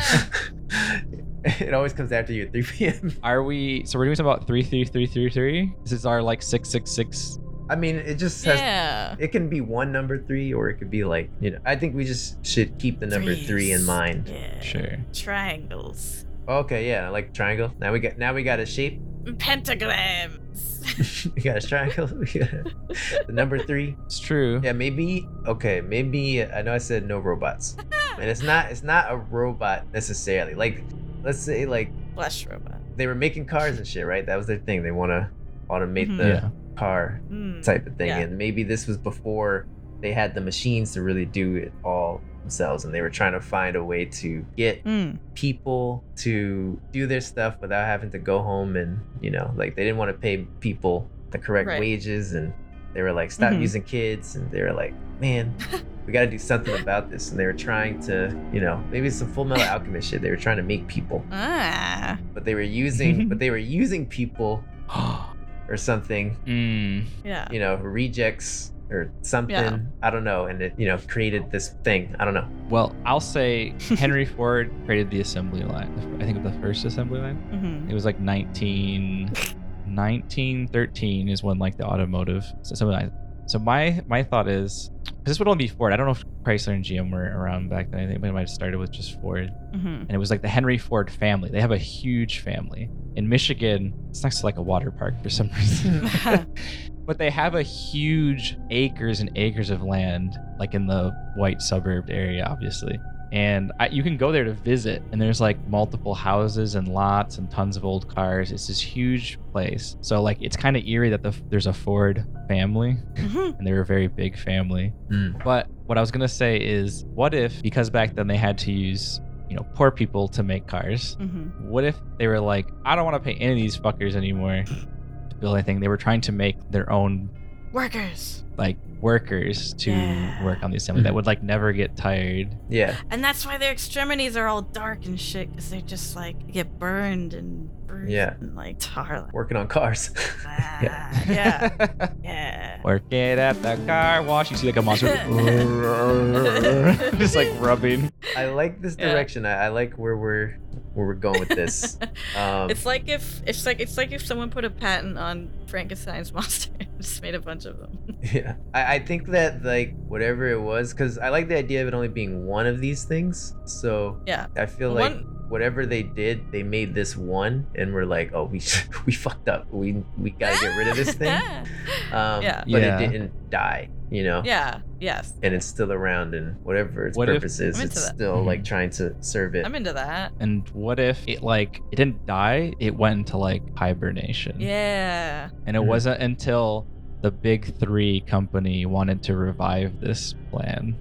S4: stupid. it always comes after you at 3 p.m.
S5: Are we? So we're doing something about three, three, three, three, three. This is our like six, six, six.
S4: I mean, it just has.
S6: Yeah.
S4: It can be one number three, or it could be like you know. I think we just should keep the number three in
S6: Threes.
S4: mind.
S6: Yeah.
S5: Sure.
S6: Triangles.
S4: Okay, yeah, I like triangle. Now we got now we got a shape.
S6: pentagrams.
S4: you got a triangle. yeah. The number three.
S5: It's true.
S4: Yeah, maybe. Okay, maybe. I know I said no robots, and it's not. It's not a robot necessarily. Like, let's say like
S6: Flesh robot.
S4: they were making cars and shit, right? That was their thing. They want to automate
S6: Mhm.
S4: the
S5: Yeah.
S4: car
S6: Hmm.
S4: type of thing,
S6: Yeah.
S4: and maybe this was before they had the machines to really do it all themselves, and they were trying to find a way to get
S6: Hmm.
S4: people to do their stuff without having to go home and you know like they didn't want to pay people the correct
S6: Right.
S4: wages and they were like stop
S6: Mhm.
S4: using kids and they were like man we got to do something about this and they were trying to you know maybe it's some full metal alchemist shit they were trying to make people
S6: Ah.
S4: but they were using but they were using people or something
S5: mm.
S6: Yeah.
S4: you know rejects or something i don't know and it you know created this thing i don't know
S5: Well, I'll say Henry Ford created the assembly line. I think the first assembly line.
S6: Mhm.
S5: It was like 19, 1913 is when like the automotive so something like. So my my thought is 'cause this would only be Ford. I don't know if Chrysler and GM were around back then. I think we might have started with just Ford.
S6: Mhm.
S5: and it was like the Henry Ford family. They have a huge family in Michigan. It's next to like a water park for some reason, but they have a huge acres and acres of land, like in the white suburb area, obviously. And I, you can go there to visit, and there's like multiple houses and lots and tons of old cars. It's this huge place. So like, it's kind of eerie that the, there's a Ford family
S6: Mhm.
S5: and they were a very big family.
S4: Mm.
S5: But what I was gonna say is, what if because back then they had to use you know poor people to make cars?
S6: Mhm.
S5: What if they were like, I don't want to pay any of these fuckers anymore to build anything? They were trying to make their own
S6: Workers.
S5: like workers to
S6: Yeah.
S5: work on the assembly that would like never get tired.
S4: yeah
S6: And that's why their extremities are all dark and shit, because they just like get burned and bruised
S4: Yeah.
S6: and like tar.
S4: working on cars
S6: Ah,
S4: Yeah.
S6: yeah. Yeah.
S5: Work it at the car wash. You see like a monster just like rubbing.
S4: I like this
S6: Yeah.
S4: direction. I, I like where we're where we're going with this. Um,
S6: It's like if it's like it's like if someone put a patent on Frankenstein's monster and just made a bunch of them.
S4: yeah, I, I think that like whatever it was, because I like the idea of it only being one of these things. So
S6: Yeah.
S4: I feel like whatever they did, they made this one, and we're like, oh, we we fucked up. We we gotta get rid of this thing. Um,
S6: Yeah.
S4: But
S5: Yeah.
S4: it didn't die, you know.
S6: yeah. Yes.
S4: And it's still around, and whatever its
S5: What if-
S4: purpose is,
S6: I'm into
S4: it's
S6: that.
S4: still like
S5: Mhm.
S4: trying to serve it.
S6: I'm into that.
S5: And what if it like it didn't die? It went into like hibernation.
S6: Yeah.
S5: And it
S4: Mhm.
S5: wasn't until the big three company wanted to revive this plan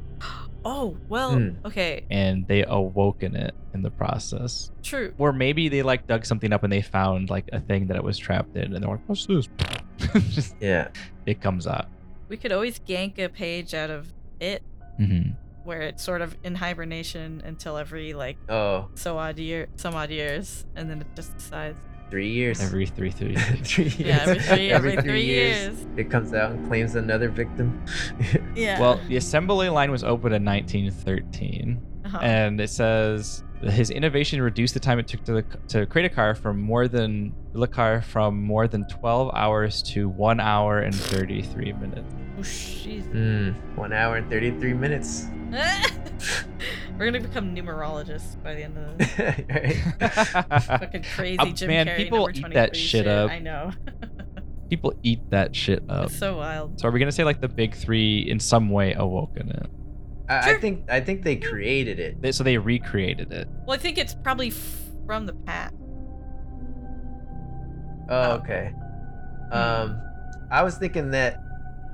S6: Oh well.
S4: Mm.
S6: Okay.
S5: and they awoken it in the process.
S6: True.
S5: Or maybe they like dug something up and they found like a thing that it was trapped in and they're like, what's this? Just,
S4: yeah.
S5: it comes out.
S6: We could always gank a page out of it
S5: hmm
S6: where it's sort of in hibernation until every like
S4: Oh,
S6: so odd year some odd years and then it just decides
S4: three years.
S5: Every three, three.
S4: three years.
S6: yeah every three every, three, years.
S4: it comes out and claims another victim.
S6: yeah
S5: Well, the assembly line was opened in 1913.
S6: uh-huh.
S5: and it says his innovation reduced the time it took to, the, to create a car from more than the car from more than 12 hours to 1 hour and 33 minutes
S6: Oh, jeez.
S4: Mm, one hour and 33 minutes.
S6: we're gonna become numerologists by the end of this
S4: Right?
S6: fucking crazy
S5: Uh,
S6: jim
S5: man,
S6: carrey
S5: people
S6: number
S5: eat
S6: 23
S5: that shit up.
S6: i know
S5: people eat that shit up
S6: it's so wild
S5: so are we gonna say like the big three in some way awoken it
S4: I, I
S6: Sure.
S4: think I think they created it.
S5: They- so they recreated it
S6: well i think it's probably from the past
S4: Oh, okay.
S5: Hmm.
S4: Um, I was thinking that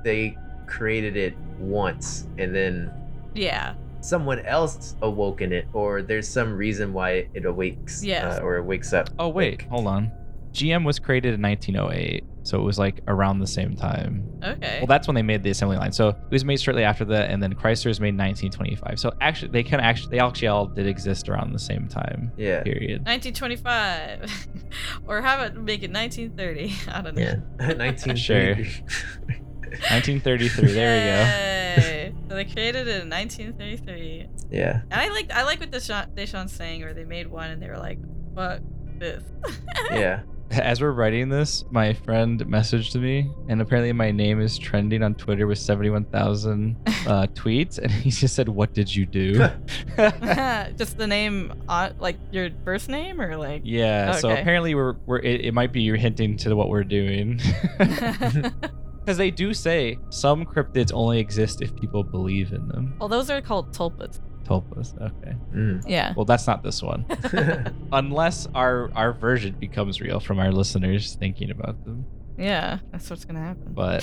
S4: they created it once and then
S6: yeah
S4: someone else awoken it, or there's some reason why it awakes.
S6: Yes.
S4: uh, or it wakes up.
S5: oh wait hold on gm was created in 1908 so it was like around the same time
S6: okay
S5: Well, that's when they made the assembly line. So it was made shortly after that, and then Chrysler was made in 1925. So actually, they kind of actually they actually all did exist around the same time
S4: Yeah.
S5: period.
S6: 1925 or how about make it 1930 i don't know
S4: Yeah. 19
S5: Sure. 1933. There
S6: Yay. so they created it in 1933
S4: yeah.
S6: And I like I like what Deshaun, Deshaun's saying, where they made one and they were like, "Fuck this."
S4: Yeah.
S5: As we're writing this, my friend messaged me, and apparently my name is trending on Twitter with 71,000 uh, tweets. And he just said, What did you do?
S6: Just the name, on, like your birth name, or like.
S5: yeah, so
S6: Okay.
S5: apparently we're, we're it, it might be you're hinting to what we're doing. Because they do say some cryptids only exist if people believe in them.
S6: well, those are called tulpas.
S5: Tulpas. Okay.
S4: Mm.
S6: Yeah.
S5: Well, that's not this one. Unless our, our version becomes real from our listeners thinking about them.
S6: Yeah, that's what's gonna happen.
S5: But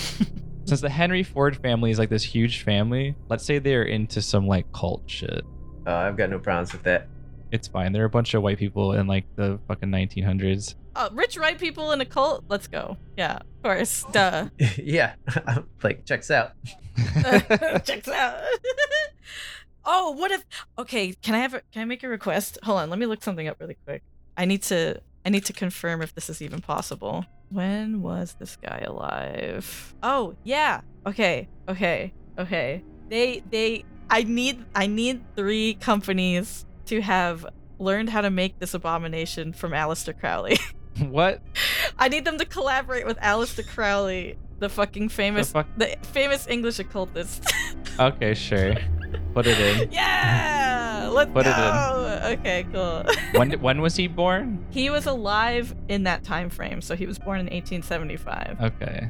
S5: since the Henry Ford family is like this huge family, let's say they're into some like cult shit.
S4: Uh, I've got no problems with that.
S5: It's fine. They're a bunch of white people in like the fucking 1900s.
S6: Uh, rich white people in a cult. Let's go. Yeah, of course. Duh.
S4: yeah, like checks out.
S6: Checks out. oh, what if? Okay, can I have? A, can I make a request? Hold on, let me look something up really quick. I need to. I need to confirm if this is even possible. When was this guy alive? Oh yeah. Okay. Okay. Okay. They. They. I need. I need three companies to have learned how to make this abomination from Aleister Crowley.
S5: what
S6: I need them to collaborate with Aleister Crowley, the fucking
S5: the
S6: famous,
S5: fuck?
S6: the famous English occultist.
S5: Okay, sure. Put it in.
S6: Yeah, let's
S5: Put it in.
S6: go. Okay, cool.
S5: When when was he born?
S6: He was alive in that time frame, so he was born in 1875
S5: Okay.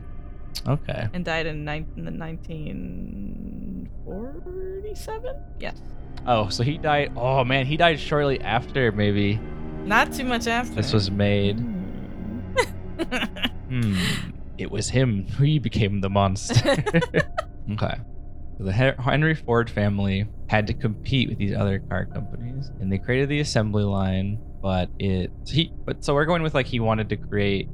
S5: Okay.
S6: and died in, nine in the 1947. Yes,
S5: Oh, so he died. Oh man, he died shortly after maybe
S6: not too much after.
S5: this was made.
S6: Hmm.
S5: Hmm. It was him. He became the monster. Okay. So the Hen- Henry Ford family had to compete with these other car companies, and they created the assembly line. But it so he but so we're going with like he wanted to create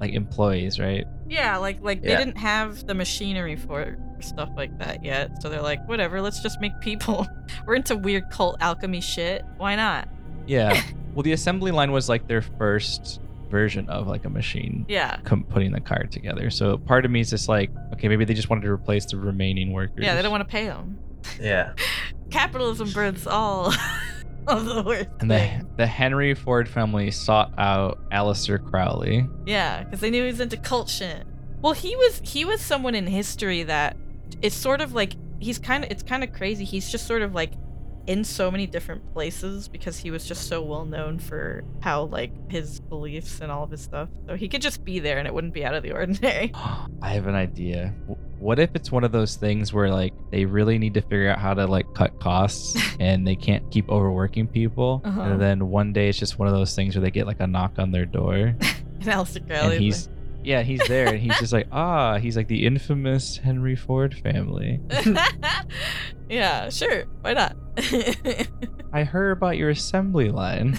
S5: like employees, right?
S6: yeah, like like they
S4: Yeah.
S6: didn't have the machinery for stuff like that yet, so they're like, whatever, let's just make people. We're into weird cult alchemy shit. Why not?
S5: Yeah. well, the assembly line was like their first version of like a machine
S6: Yeah.
S5: com- putting the car together. So part of me is just like, okay, maybe they just wanted to replace the remaining workers.
S6: Yeah, they don't want to pay them.
S4: Yeah,
S6: capitalism births all of the worst
S5: And the,
S6: things.
S5: the Henry Ford family sought out Aleister Crowley.
S6: yeah because they knew he was into cult shit well he was he was someone in history that it's sort of like he's kind of it's kind of crazy he's just sort of like in so many different places because he was just so well known for how like his beliefs and all of his stuff so he could just be there and it wouldn't be out of the ordinary
S5: I have an idea. W- What if it's one of those things where like they really need to figure out how to like cut costs and they can't keep overworking people,
S6: Uh-huh.
S5: and then one day it's just one of those things where they get like a knock on their door
S6: and Alistair Crowley
S5: and he's yeah he's there and he's just like ah he's like the infamous Henry Ford family.
S6: yeah sure why not
S5: I heard about your assembly line.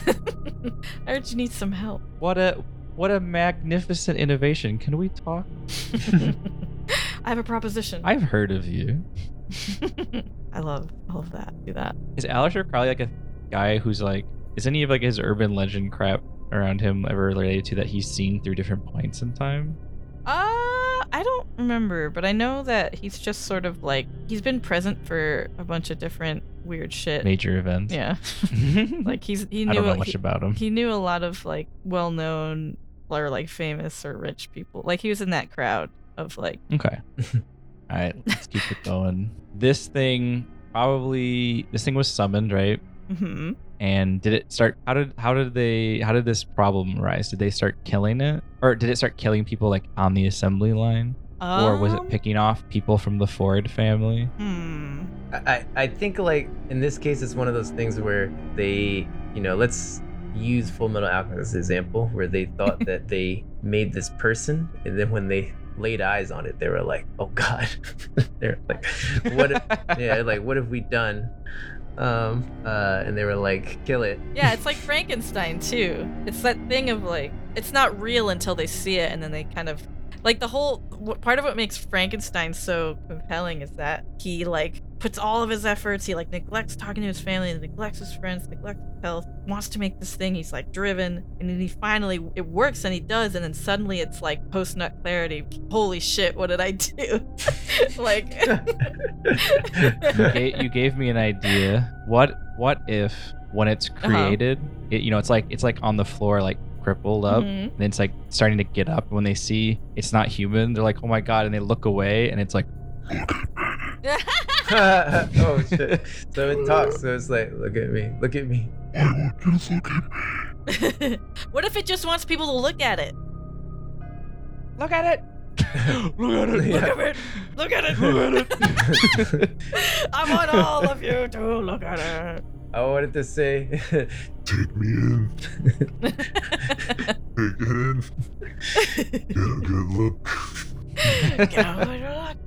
S6: I heard you need some help
S5: What a what a magnificent innovation. Can we talk?
S6: I have a proposition
S5: I've heard of you.
S6: I love all of that. Do that.
S5: Is Aleister Crowley like a guy who's like, is any of like his urban legend crap around him ever related to that he's seen through different points in time?
S6: Uh, I don't remember, but I know that he's just sort of like he's been present for a bunch of different weird shit.
S5: Major events.
S6: Uh, Yeah,
S5: like
S6: like he's he
S5: I
S6: knew
S5: don't know
S6: he,
S5: much about him.
S6: he knew a lot of like well-known or like famous or rich people. Like he was in that crowd of like
S5: Okay. All right, let's keep it going. This thing probably this thing was summoned, right?
S6: hmm
S5: And did it start how did how did they how did this problem arise? Did they start killing it? Or did it start killing people like on the assembly line? or was
S6: Um,
S5: it picking off people from the Ford family?
S6: Hmm.
S4: I, I I think like in this case, it's one of those things where they, you know, let's use Full Metal Alchemist as an example, where they thought that they made this person, and then when they laid eyes on it, they were like, oh god, they're like, what? If, yeah, like what have we done? Um, uh, and they were like, kill it.
S6: Yeah, it's like Frankenstein too. It's that thing of like it's not real until they see it, and then they kind of like the whole wh- part of what makes Frankenstein so compelling is that he like puts all of his efforts. He like neglects talking to his family, neglects his friends, neglects his health. Wants to make this thing. He's like driven, and then he finally it works, and he does, and then suddenly it's like post nut clarity. Holy shit! What did I do? like.
S5: you, gave, you gave me an idea. What what if when it's created, it, you know, it's like it's like on the floor, like crippled up.
S6: Mhm.
S5: And it's like starting to get up. When they see it's not human, they're like, oh my God. And they look away and it's like,
S4: oh shit! So it talks. So it's like, look at me, look at me.
S3: I want you to look at me.
S6: what if it just wants people to look at it?
S5: look at it. look at it.
S4: Yeah.
S6: Look at it. Look at it.
S5: Look at it.
S6: I want all of you to look at
S4: I wanted to say,
S3: Take me in.
S6: it.
S3: Take it in. Get a good look.
S6: Get over your luck.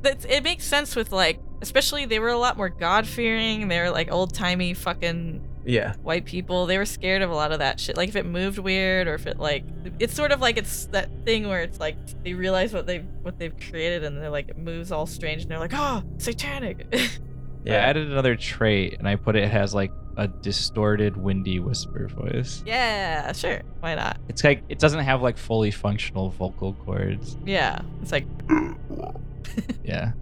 S6: That's, it makes sense with like, especially they were a lot more God fearing. They were like old timey fucking
S4: yeah,
S6: white people. They were scared of a lot of that shit. Like if it moved weird or if it like, it's sort of like it's that thing where it's like they realize what they what they've created and they're like it moves all strange and they're like oh satanic.
S5: I
S4: yeah.
S5: added another trait and I put it has like a distorted, windy whisper voice.
S6: yeah, sure, why not?
S5: It's like, it doesn't have like fully functional vocal cords.
S6: Yeah, it's like
S5: Yeah.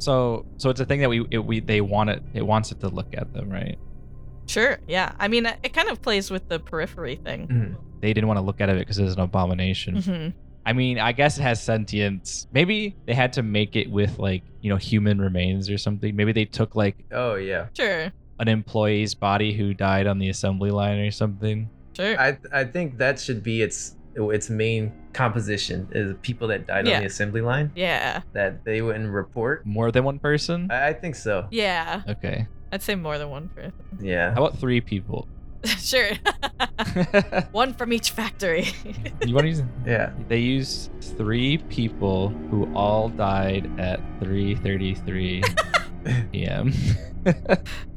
S5: So, so it's a thing that we it, we they want it. It wants it to look at them, right?
S6: Sure. Yeah. I mean, it kind of plays with the periphery thing.
S4: Mhm.
S5: They didn't want to look at it because it's an abomination.
S6: hmm
S5: I mean, I guess it has sentience. Maybe they had to make it with like you know human remains or something. Maybe they took like
S4: Oh yeah.
S6: Sure.
S5: an employee's body who died on the assembly line or something.
S6: Sure.
S4: I I think that should be its its main composition is people that died
S6: Yeah.
S4: on the assembly line
S6: yeah. Mm-hmm.
S4: that they wouldn't report.
S5: More than one person.
S4: I, I think so.
S6: Yeah.
S5: Okay.
S6: I'd say more than one person.
S4: Yeah.
S5: How about three people?
S6: sure.
S5: you
S6: one from each factory.
S5: want to use?
S6: Oh.
S4: Yeah.
S5: They used three people who all died at 3:33 p.m.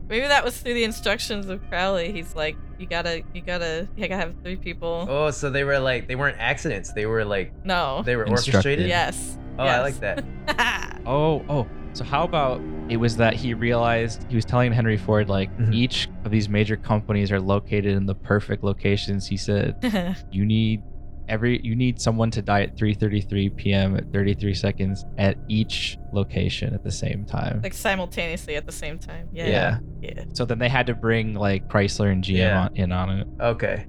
S6: Maybe that was through the instructions of Crowley. He's like, you gotta, you gotta, you gotta have three people.
S4: Oh, so they were like they weren't accidents. They were like
S6: No.
S4: they were
S5: Instructed.
S4: orchestrated.
S6: Yes.
S4: Oh, I like
S6: Oh. yes.
S4: that.
S5: Oh, oh. So how about it was that he realized he was telling Henry Ford like
S4: Mhm.
S5: each of these major companies are located in the perfect locations. He said you need every you need someone to die at 3:33 p.m. at 33 seconds at each location at the same time.
S6: like simultaneously at the same time.
S5: yeah.
S6: Yeah. Yeah.
S5: So then they had to bring like Chrysler and GM
S4: Yeah.
S5: on, in on it,
S4: Okay.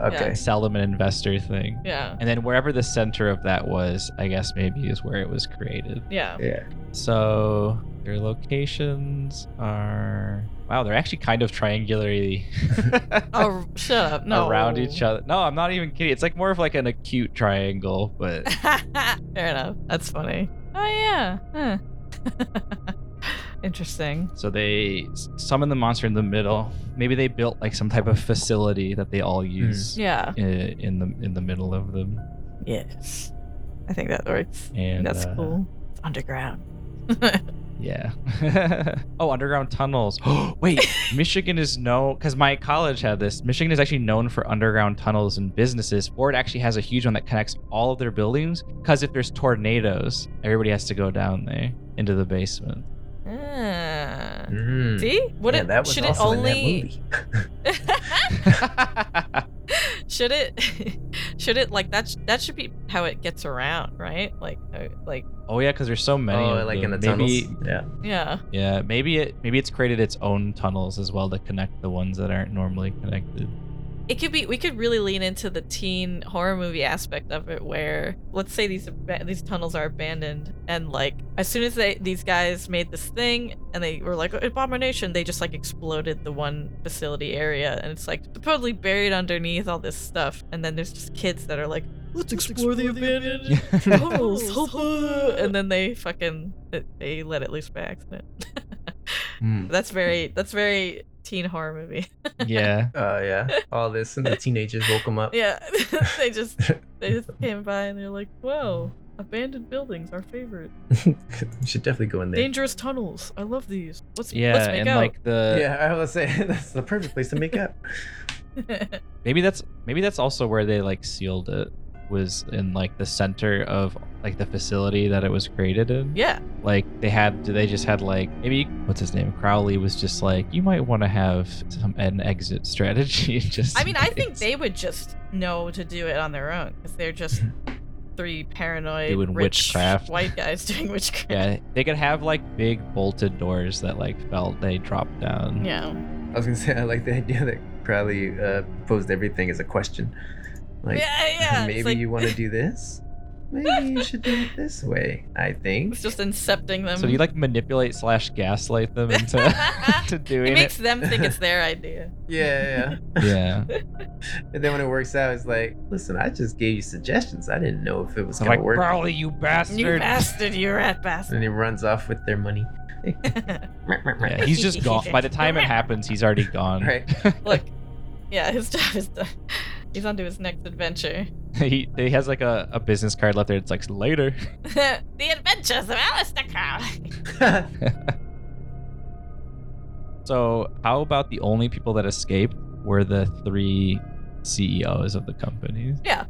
S4: Okay.
S5: sell them an investor thing.
S6: yeah.
S5: And then wherever the center of that was, I guess maybe is where it was created.
S6: Yeah.
S4: Yeah.
S5: So their locations are wow, they're actually kind of triangularly
S6: Oh, shut up. No.
S5: around each other. No, I'm not even kidding. It's like more of like an acute triangle, but
S6: Fair enough. That's funny. Oh yeah. Huh. Interesting.
S5: so they s- summon the monster in the middle. Maybe they built like some type of facility that they all use
S6: Yeah.
S5: i- in the in the middle of them.
S6: Yes. I think that works.
S5: And
S6: That's
S5: uh,
S6: cool. It's underground.
S5: Yeah. oh, underground tunnels. Wait, Michigan is known because my college had this. Michigan is actually known for underground tunnels and businesses. Ford actually has a huge one that connects all of their buildings because if there's tornadoes, everybody has to go down there into the basement.
S6: Ah.
S4: Mm.
S6: See? Would
S4: Yeah,
S6: it
S4: that was
S6: should it
S4: also in that
S6: only
S4: movie. Oh,
S6: should it should it like that sh- that should be how it gets around, right? Like uh, like
S5: oh yeah, because there's so many.
S4: Oh,
S5: of
S4: like in the
S5: them. maybe,
S4: tunnels. Yeah.
S6: yeah.
S5: Yeah, maybe it maybe it's created its own tunnels as well to connect the ones that aren't normally connected.
S6: it could be we could really lean into the teen horror movie aspect of it where let's say these ab- these tunnels are abandoned and like as soon as they these guys made this thing and they were like abomination they just like exploded the one facility area and it's like supposedly buried underneath all this stuff and then there's just kids that are like let's explore, the abandoned tunnels help us," and then they fucking they let it loose by accident
S5: Hmm.
S6: that's very that's very teen horror movie
S5: yeah.
S4: Oh yeah. All this and the teenagers woke them up.
S6: Yeah, they just they just came by and they're like, "Whoa, abandoned buildings, our favorite.
S4: we should definitely go in there.
S6: Dangerous tunnels. I love these. Let's
S5: Yeah,
S6: let's make
S5: and
S6: out."
S5: like the
S4: yeah, I was saying that's the perfect place to make up.
S5: Maybe that's maybe that's also where they like sealed it was in like the center of like the facility that it was created in.
S6: yeah,
S5: Like they had they just had like maybe what's his name? Crowley was just like you might want to have some an exit strategy just
S6: I mean,
S5: in
S6: I think
S5: case."
S6: they would just know to do it on their own because they're just three paranoid
S5: Doing
S6: rich
S5: witchcraft.
S6: white guys doing witchcraft.
S5: yeah, they could have like big bolted doors that like felt they dropped down.
S6: Yeah.
S4: I was gonna say I like the idea that probably uh, posed everything as a question. Like,
S6: yeah, yeah. it's
S4: maybe
S6: like-
S4: you want to do this. Maybe you should do it this way. I think.
S6: It's just incepting them.
S5: So do you like manipulate slash gaslight them into to doing
S6: it
S5: it?
S6: makes them think it's their idea.
S4: Yeah,
S5: yeah.
S4: yeah. and then when it works out, it's like, listen, I just gave you suggestions. I didn't know if it was
S5: So
S4: gonna
S5: like,
S4: work.
S5: Broly, you bastard.
S6: You bastard, you rat bastard.
S4: And he runs off with their money.
S5: Yeah, he's just gone. By the time it happens, he's already gone.
S4: Right.
S6: Look, yeah, his job is done. He's on to his next adventure.
S5: he, he has like a, a business card left there. It's like later.
S6: the adventures of Alistair Crowley.
S5: So how about the only people that escaped were the three CEOs of the companies?
S6: Yeah.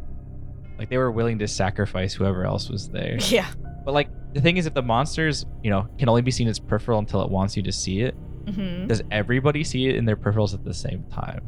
S5: Like they were willing to sacrifice whoever else was there.
S6: Yeah.
S5: But like the thing is, if the monsters, you know, can only be seen as peripheral until it wants you to see it,
S6: Mm-hmm.
S5: does everybody see it in their peripherals at the same time?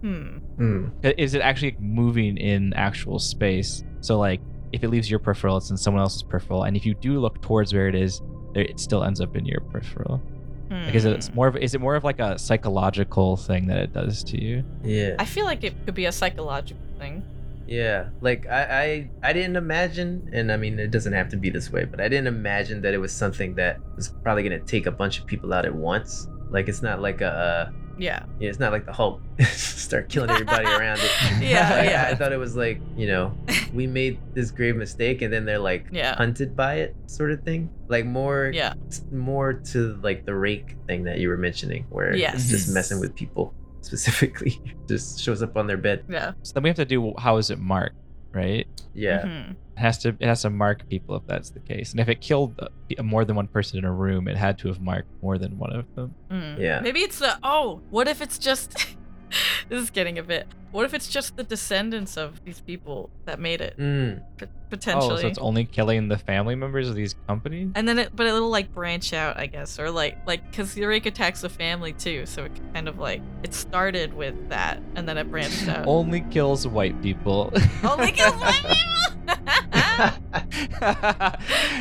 S6: Hmm.
S4: Hmm.
S5: I- Is it actually moving in actual space? So like, if it leaves your peripheral, it's in someone else's peripheral, and if you do look towards where it is, there, it still ends up in your peripheral. Like, is it
S6: Hmm.
S5: it's more of is it more of like a psychological thing that it does to you?
S4: Yeah.
S6: I feel like it could be a psychological thing.
S4: Yeah, like I, I I didn't imagine, and I mean it doesn't have to be this way, but I didn't imagine that it was something that was probably gonna take a bunch of people out at once. Like it's not like a,
S6: Yeah.
S4: uh, yeah, it's not like the Hulk start killing everybody around it.
S6: Yeah,
S4: Like,
S6: yeah.
S4: I thought it was like you know we made this grave mistake, and then they're like
S6: Yeah.
S4: hunted by it, sort of thing. Like more,
S6: Yeah.
S4: more to like the rake thing that you were mentioning, where
S6: Yes.
S4: it's just messing with people specifically, just shows up on their bed.
S6: Yeah.
S5: So then we have to do how is it marked, right?
S4: Yeah.
S6: Mhm.
S5: It has to it has to mark people if that's the case. And if it killed uh, more than one person in a room, it had to have marked more than one of them.
S6: Mm.
S4: Yeah.
S6: Maybe it's the oh. What if it's just? this is getting a bit. What if it's just the descendants of these people that made it
S4: Mm.
S6: p-
S5: Oh,
S6: potentially?
S5: so it's only killing the family members of these companies?
S6: and then it, but it'll like branch out, I guess, or like like because the rake attacks the family too, so it kind of like it started with that, and then it branched out.
S5: Only kills white people.
S6: Only kills white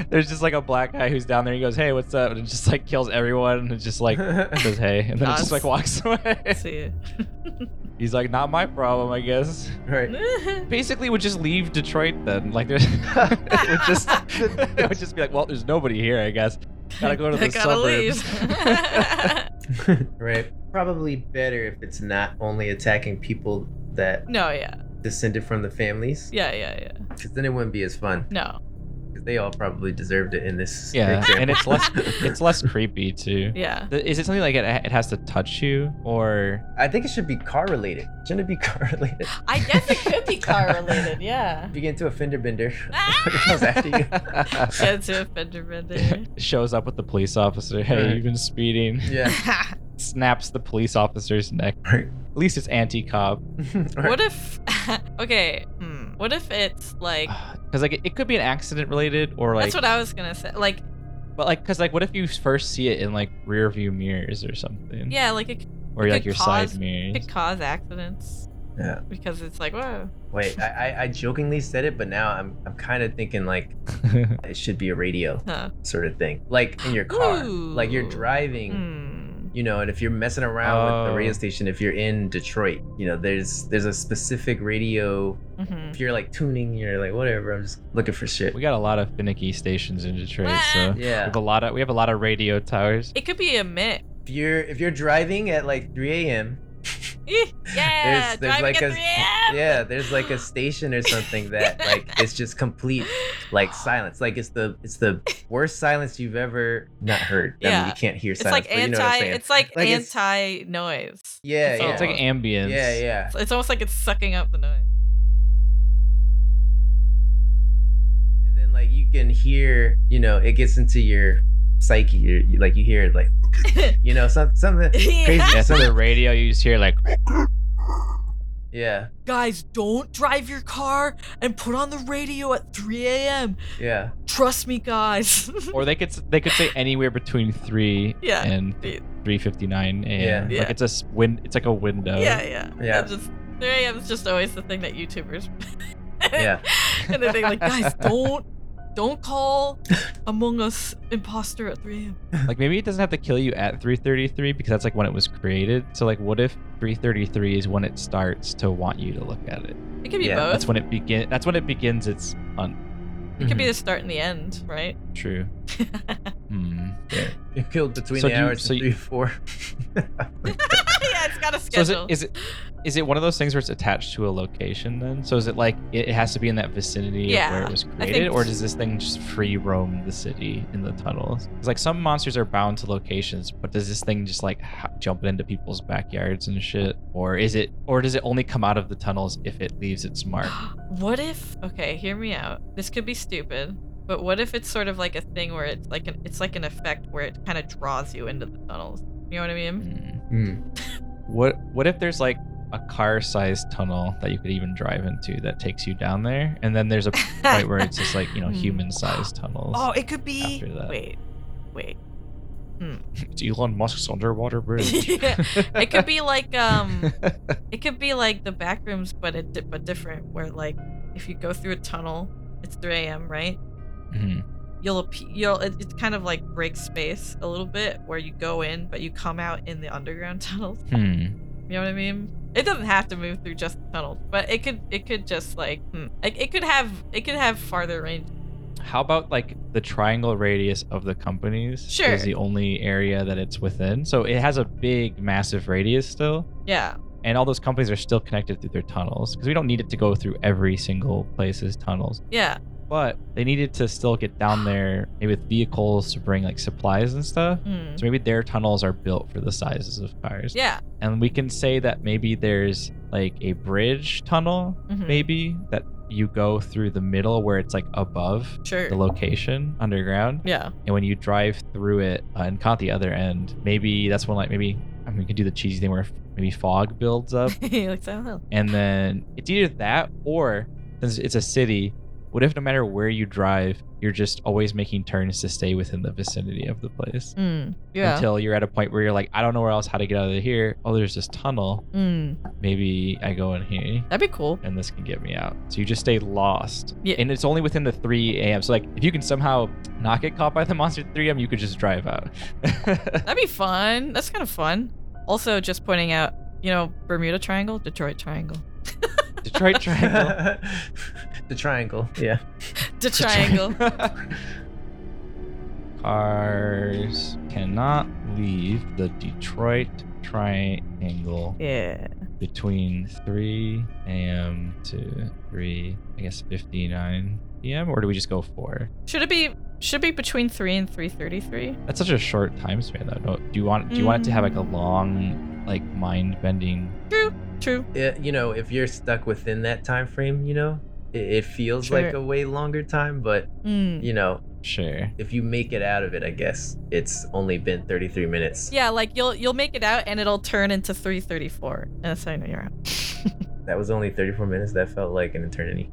S5: There's just like a black guy who's down there. He goes, "Hey, what's up?" And it just like kills everyone. And it just like
S4: Mm.
S5: says, "Hey," and then it just like walks
S6: people.
S5: away.
S6: See.
S5: He's like, "Not my problem, I guess."
S4: right.
S6: it.
S5: Basically, would just leave Detroit then. Like, there's it would just it would just be like, "Well, there's nobody here, I guess." Gotta go to the
S6: I gotta
S5: suburbs.
S6: leave.
S4: right. Probably better if it's not only attacking people that
S6: no, yeah,
S4: descended from the families,
S6: yeah, yeah, yeah.
S4: because then it wouldn't be as fun.
S6: No,
S4: 'Cause they all probably deserved it in this.
S5: yeah,
S4: example.
S5: and it's less it's less creepy too.
S6: yeah.
S5: Th- Is it something like it, it has to touch you, or
S4: I think it should be car related. Shouldn't it be car related?
S6: I guess it could be car related. Yeah.
S4: If you get into a fender bender, it
S6: Ah!
S4: comes after you.
S6: Get to a fender bender.
S5: shows up with the police officer? Hey,
S4: Right.
S5: you've been speeding.
S4: Yeah.
S5: snaps the police officer's neck.
S4: Right.
S5: At least it's anti-cop,
S6: What if? okay. Hmm, what if it's like?
S5: because like it, it could be an accident related or like,
S6: that's what I was gonna say. Like,
S5: but like because like what if you first see it in like rear view mirrors or something?
S6: yeah, like it
S5: Or
S6: it
S5: like
S6: could
S5: your
S6: cause-
S5: side mirrors.
S6: could cause accidents.
S4: Yeah.
S6: Because it's like, whoa.
S4: Wait, I, I, I jokingly said it, but now I'm I'm kind of thinking like it should be a radio
S6: Huh.
S4: sort of thing, like in your car, like you're
S6: Ooh.
S4: driving.
S6: Hmm.
S4: you know and if you're messing around with the radio
S5: Oh.
S4: station if you're in detroit you know there's there's a specific radio
S6: hmm
S4: if you're like tuning you're like whatever i'm just looking for shit
S5: we got a lot of finicky stations in Detroit, so we
S4: yeah
S5: have a lot of we have a lot of radio towers.
S6: It could be a myth.
S4: if you're if you're driving at like 3 a.m
S6: Eh, Yeah,
S4: there's there's
S6: driving
S4: like
S6: at
S4: a
S6: 3 a.m.
S4: yeah there's like a station or something that like it's just complete like silence like it's the it's the worst silence you've ever not heard i mean
S6: Yeah.
S4: you can't hear
S6: It's
S4: silence
S6: like
S4: but you know what
S6: anti.
S4: I'm saying.
S6: it's like,
S4: Like, it's-
S6: anti noise.
S4: yeah
S6: it's
S4: yeah
S5: It's like ambience.
S4: yeah yeah
S6: It's almost like it's sucking up the noise.
S4: and then like you can hear you know it gets into your psyche you you- like you hear it like you know some something
S6: Yeah.
S5: Yeah, so the radio you just hear like
S4: yeah
S6: Guys, don't drive your car and put on the radio at 3 a.m.
S4: yeah
S6: Trust me, guys.
S5: or they could s- they could say anywhere between three
S6: Yeah.
S5: and
S6: Dude.
S5: three fifty nine a.m.
S6: Yeah.
S5: Like it's a s- win it's like a window.
S6: yeah, yeah.
S4: Yeah.
S6: It's Just, 3 a.m. is just always the thing that YouTubers.
S4: Yeah.
S6: and then they're like, guys, don't. Don't call Among Us imposter at 3 a.m.
S5: like maybe it doesn't have to kill you at 3:33 because that's like when it was created. So like what if 333 is when it starts to want you to look at it.
S6: It could be
S4: Yeah,
S6: both.
S5: That's when it begin. That's when it begins. It's un-
S6: It
S4: Mhm.
S6: could be the start and the end, right?
S5: true. Hmm.
S4: It peeled between
S5: So
S4: the
S5: do you-
S4: hours
S5: so
S4: of
S5: you-
S4: three and four.
S6: yeah, it's got a
S5: So
S6: schedule.
S5: is it is it is it one of those things where it's attached to a location then? So is it like it it has to be in that vicinity of where
S6: Yeah,
S5: it was
S6: think
S5: created, or
S6: s-
S5: does this thing just free roam the city in the tunnels? Because like some monsters are bound to locations, but does this thing just like h- jump into people's backyards and shit, or is it, or does it only come out of the tunnels if it leaves its mark?
S6: what if? Okay, hear me out. This could be stupid, but what if it's sort of like a thing where it's like an it's like an effect where it kind of draws you into the tunnels. You know what I mean?
S5: Hmm.
S4: Hmm.
S5: What what if there's like a car-sized tunnel that you could even drive into that takes you down there, and then there's a point where it's just like you know
S6: Hmm.
S5: human-sized tunnels.
S6: Oh, it could be.
S5: after that.
S6: Wait, wait.
S5: It's Elon Musk's underwater bridge.
S6: Yeah, It could be like um, it could be like the back rooms, but it di- but different. Where like if you go through a tunnel, it's 3 a.m. right?
S5: Mhm.
S6: You'll appe- you'll it, it's kind of like break space a little bit where you go in, but you come out in the underground tunnels.
S5: Hmm.
S6: You know what I mean? It doesn't have to move through just the tunnels, but it could it could just like hmm, like it could have it could have farther range.
S5: How about like the triangle radius of the companies
S6: Sure.
S5: is the only area that it's within. So it has a big, massive radius still,
S6: Yeah,
S5: and all those companies are still connected through their tunnels because we don't need it to go through every single place's tunnels.
S6: yeah,
S5: But they needed to still get down there, maybe with vehicles to bring like supplies and stuff.
S6: mm,
S5: So maybe their tunnels are built for the sizes of cars.
S6: yeah.
S5: And we can say that maybe there's like a bridge tunnel
S6: mhm,
S5: maybe that you go through the middle where it's like above
S6: sure.
S5: the location underground
S6: yeah,
S5: and when you drive through it uh, and count the other end maybe that's when like maybe i mean we can do the cheesy thing where f- maybe fog builds up
S6: like Silent Hill.
S5: and then it's either that or since it's a city what if no matter where you drive you're just always making turns to stay within the vicinity of the place
S6: Mm, yeah.
S5: until you're at a point where you're like i don't know where else how to get out of here oh there's this tunnel
S6: mm.
S5: maybe i go in here
S6: That'd be cool.
S5: and this can get me out. So you just stay lost.
S6: Yeah.
S5: And it's only within the 3 a.m. So like if you can somehow not get caught by the monster at 3 a.m., you could just drive out.
S6: That'd be fun. That's kind of fun. Also, just pointing out, you know, Bermuda Triangle, Detroit Triangle,
S5: Detroit Triangle.
S4: the triangle. Yeah.
S6: the Triangle.
S5: Cars cannot leave the Detroit Triangle
S6: yeah.
S5: between 3 a.m. to 3, I guess 59 p.m. Or do we just go 4?
S6: Should it be? Should it be between three and three thirty-three?
S5: That's such a short time span, though. No, do you want do you want it to have like a long, like mind bending?
S6: True. True.
S4: It- you know, if you're stuck within that time frame, you know, it, it feels like
S6: Sure.
S4: a way longer time, but
S6: Mm.
S4: you know,
S5: Sure.
S4: if you make it out of it, I guess it's only been 33 minutes.
S6: Yeah, like you'll you'll make it out, and it'll turn into three thirty-four, and that's how you know you're out.
S4: That was only 34 minutes. That felt like an eternity.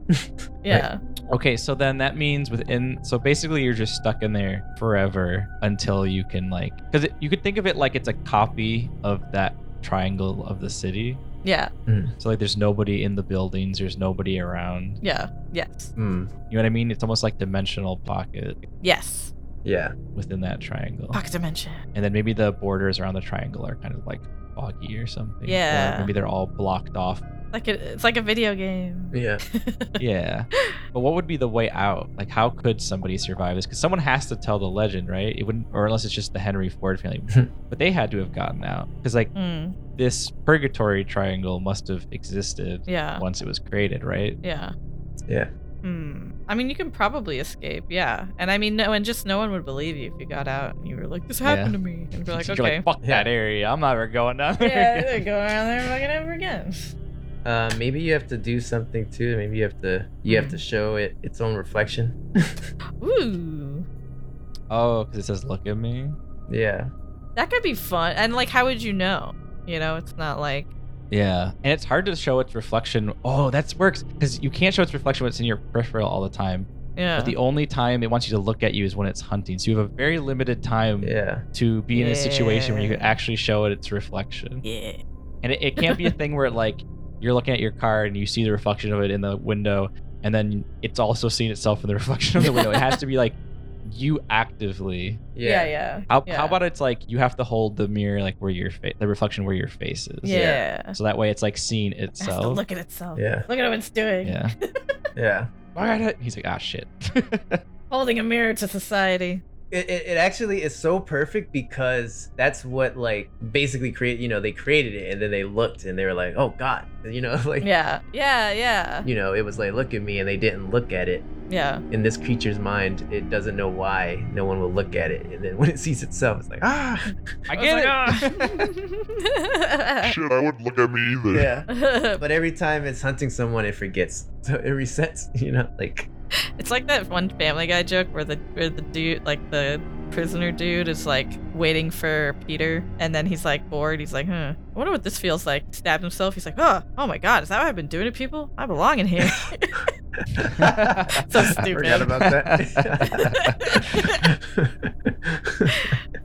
S6: yeah.
S5: Okay, so then that means within. So basically, you're just stuck in there forever until you can like, because you could think of it like it's a copy of that triangle of the city.
S6: Yeah.
S5: So like, there's nobody in the buildings. There's nobody around.
S6: Yeah. Yes.
S4: Hmm.
S5: You know what I mean? It's almost like dimensional pocket
S6: Yes.
S4: Yeah.
S5: within that triangle.
S6: Pocket dimension.
S5: and then maybe the borders around the triangle are kind of like foggy or something. Or
S6: Yeah.
S5: maybe they're all blocked off
S6: Like it, it's like a video game.
S4: Yeah.
S5: yeah. But what would be the way out? Like, how could somebody survive this? Because someone has to tell the legend, right? It wouldn't, or unless it's just the Henry Ford family. but they had to have gotten out because, like,
S6: Mm,
S5: this purgatory triangle must have existed
S6: yeah.
S5: once it was created, right?
S6: Yeah.
S4: Yeah.
S6: Hmm. I mean, you can probably escape, yeah. And I mean, no, and just no one would believe you if you got out and you were like, "This happened
S5: Yeah.
S6: to me," and be like,
S5: You're
S6: "Okay,
S5: fuck
S4: Yeah.
S5: that area. I'm never going down there.
S6: yeah,
S5: again."
S6: they go around there fucking ever again."
S4: Uh, maybe you have to do something too. Maybe you have to you have
S6: Hmm.
S4: to show it its own reflection.
S6: Ooh,
S5: Oh, because it says, look at me.
S4: yeah.
S6: that could be fun. And like, how would you know? You know, it's not like
S5: Yeah. And it's hard to show its reflection. Oh, that works because you can't show its reflection when it's in your peripheral all the time.
S6: yeah.
S5: But the only time it wants you to look at you is when it's hunting. So you have a very limited time
S4: Yeah.
S5: to be in a situation where you could
S6: Yeah.
S5: actually show it its reflection.
S6: yeah.
S5: And it, it can't be a thing where like you're looking at your car and you see the reflection of it in the window, and then it's also seeing itself in the reflection of the window. It has to be like you actively.
S6: Yeah, yeah.
S5: How,
S6: yeah.
S5: how about it's like you have to hold the mirror like where your face, the reflection where your face is.
S6: Yeah. yeah.
S5: So that way it's like seeing
S6: It has to
S5: itself.
S6: look at itself.
S4: Yeah.
S6: Look at what it's doing.
S5: Yeah.
S4: yeah.
S5: All right. He's like, ah, shit.
S6: Holding a mirror to society.
S4: It, it, it actually is so perfect because that's what like basically create you know they created it and then they looked and they were like oh god you know like
S6: Yeah. Yeah. Yeah.
S4: you know it was like look at me and they didn't look at it
S6: Yeah.
S4: in this creature's mind it doesn't know why no one will look at it and then when it sees itself it's like ah
S5: I
S6: was
S5: get
S6: like,
S5: it.
S6: "Ah."
S3: Shit, I wouldn't look at me either.
S4: yeah but every time it's hunting someone it forgets so it resets you know like
S6: it's like that one Family Guy joke where the where the dude like the prisoner dude is like waiting for Peter and then he's like bored. He's like, huh, I wonder what this feels like. Stabbed himself. He's like, oh, oh my god, is that what I've been doing to people? I belong in here. So
S4: I
S6: stupid.
S4: forgot about that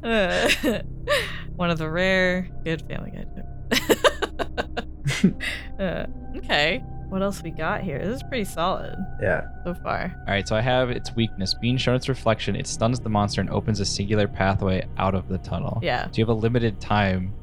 S6: Uh, one of the rare good Family Guy jokes. Uh, okay, what else we got here? This is pretty solid
S4: yeah
S6: so far.
S5: All right, so I have its weakness. Being shown its reflection, it stuns the monster and opens a singular pathway out of the tunnel.
S6: Yeah,
S5: So you have a limited time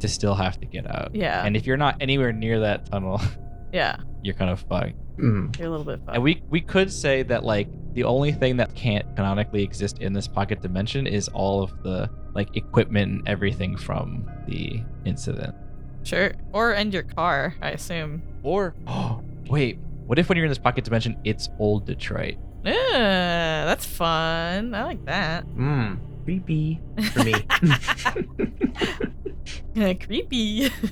S5: to still have to get out.
S6: yeah,
S5: And if you're not anywhere near that tunnel,
S6: yeah.
S5: you're kind of fucked.
S4: Mm.
S6: You're a little bit. Fucked.
S5: And we we could say that like the only thing that can't canonically exist in this pocket dimension is all of the like equipment and everything from the incident.
S6: Sure. Or and your car, I assume.
S5: Or oh wait, what if when you're in this pocket dimension, it's old Detroit?
S6: Yeah, that's fun. I like that.
S4: Mm. Creepy for me.
S6: Yeah, creepy.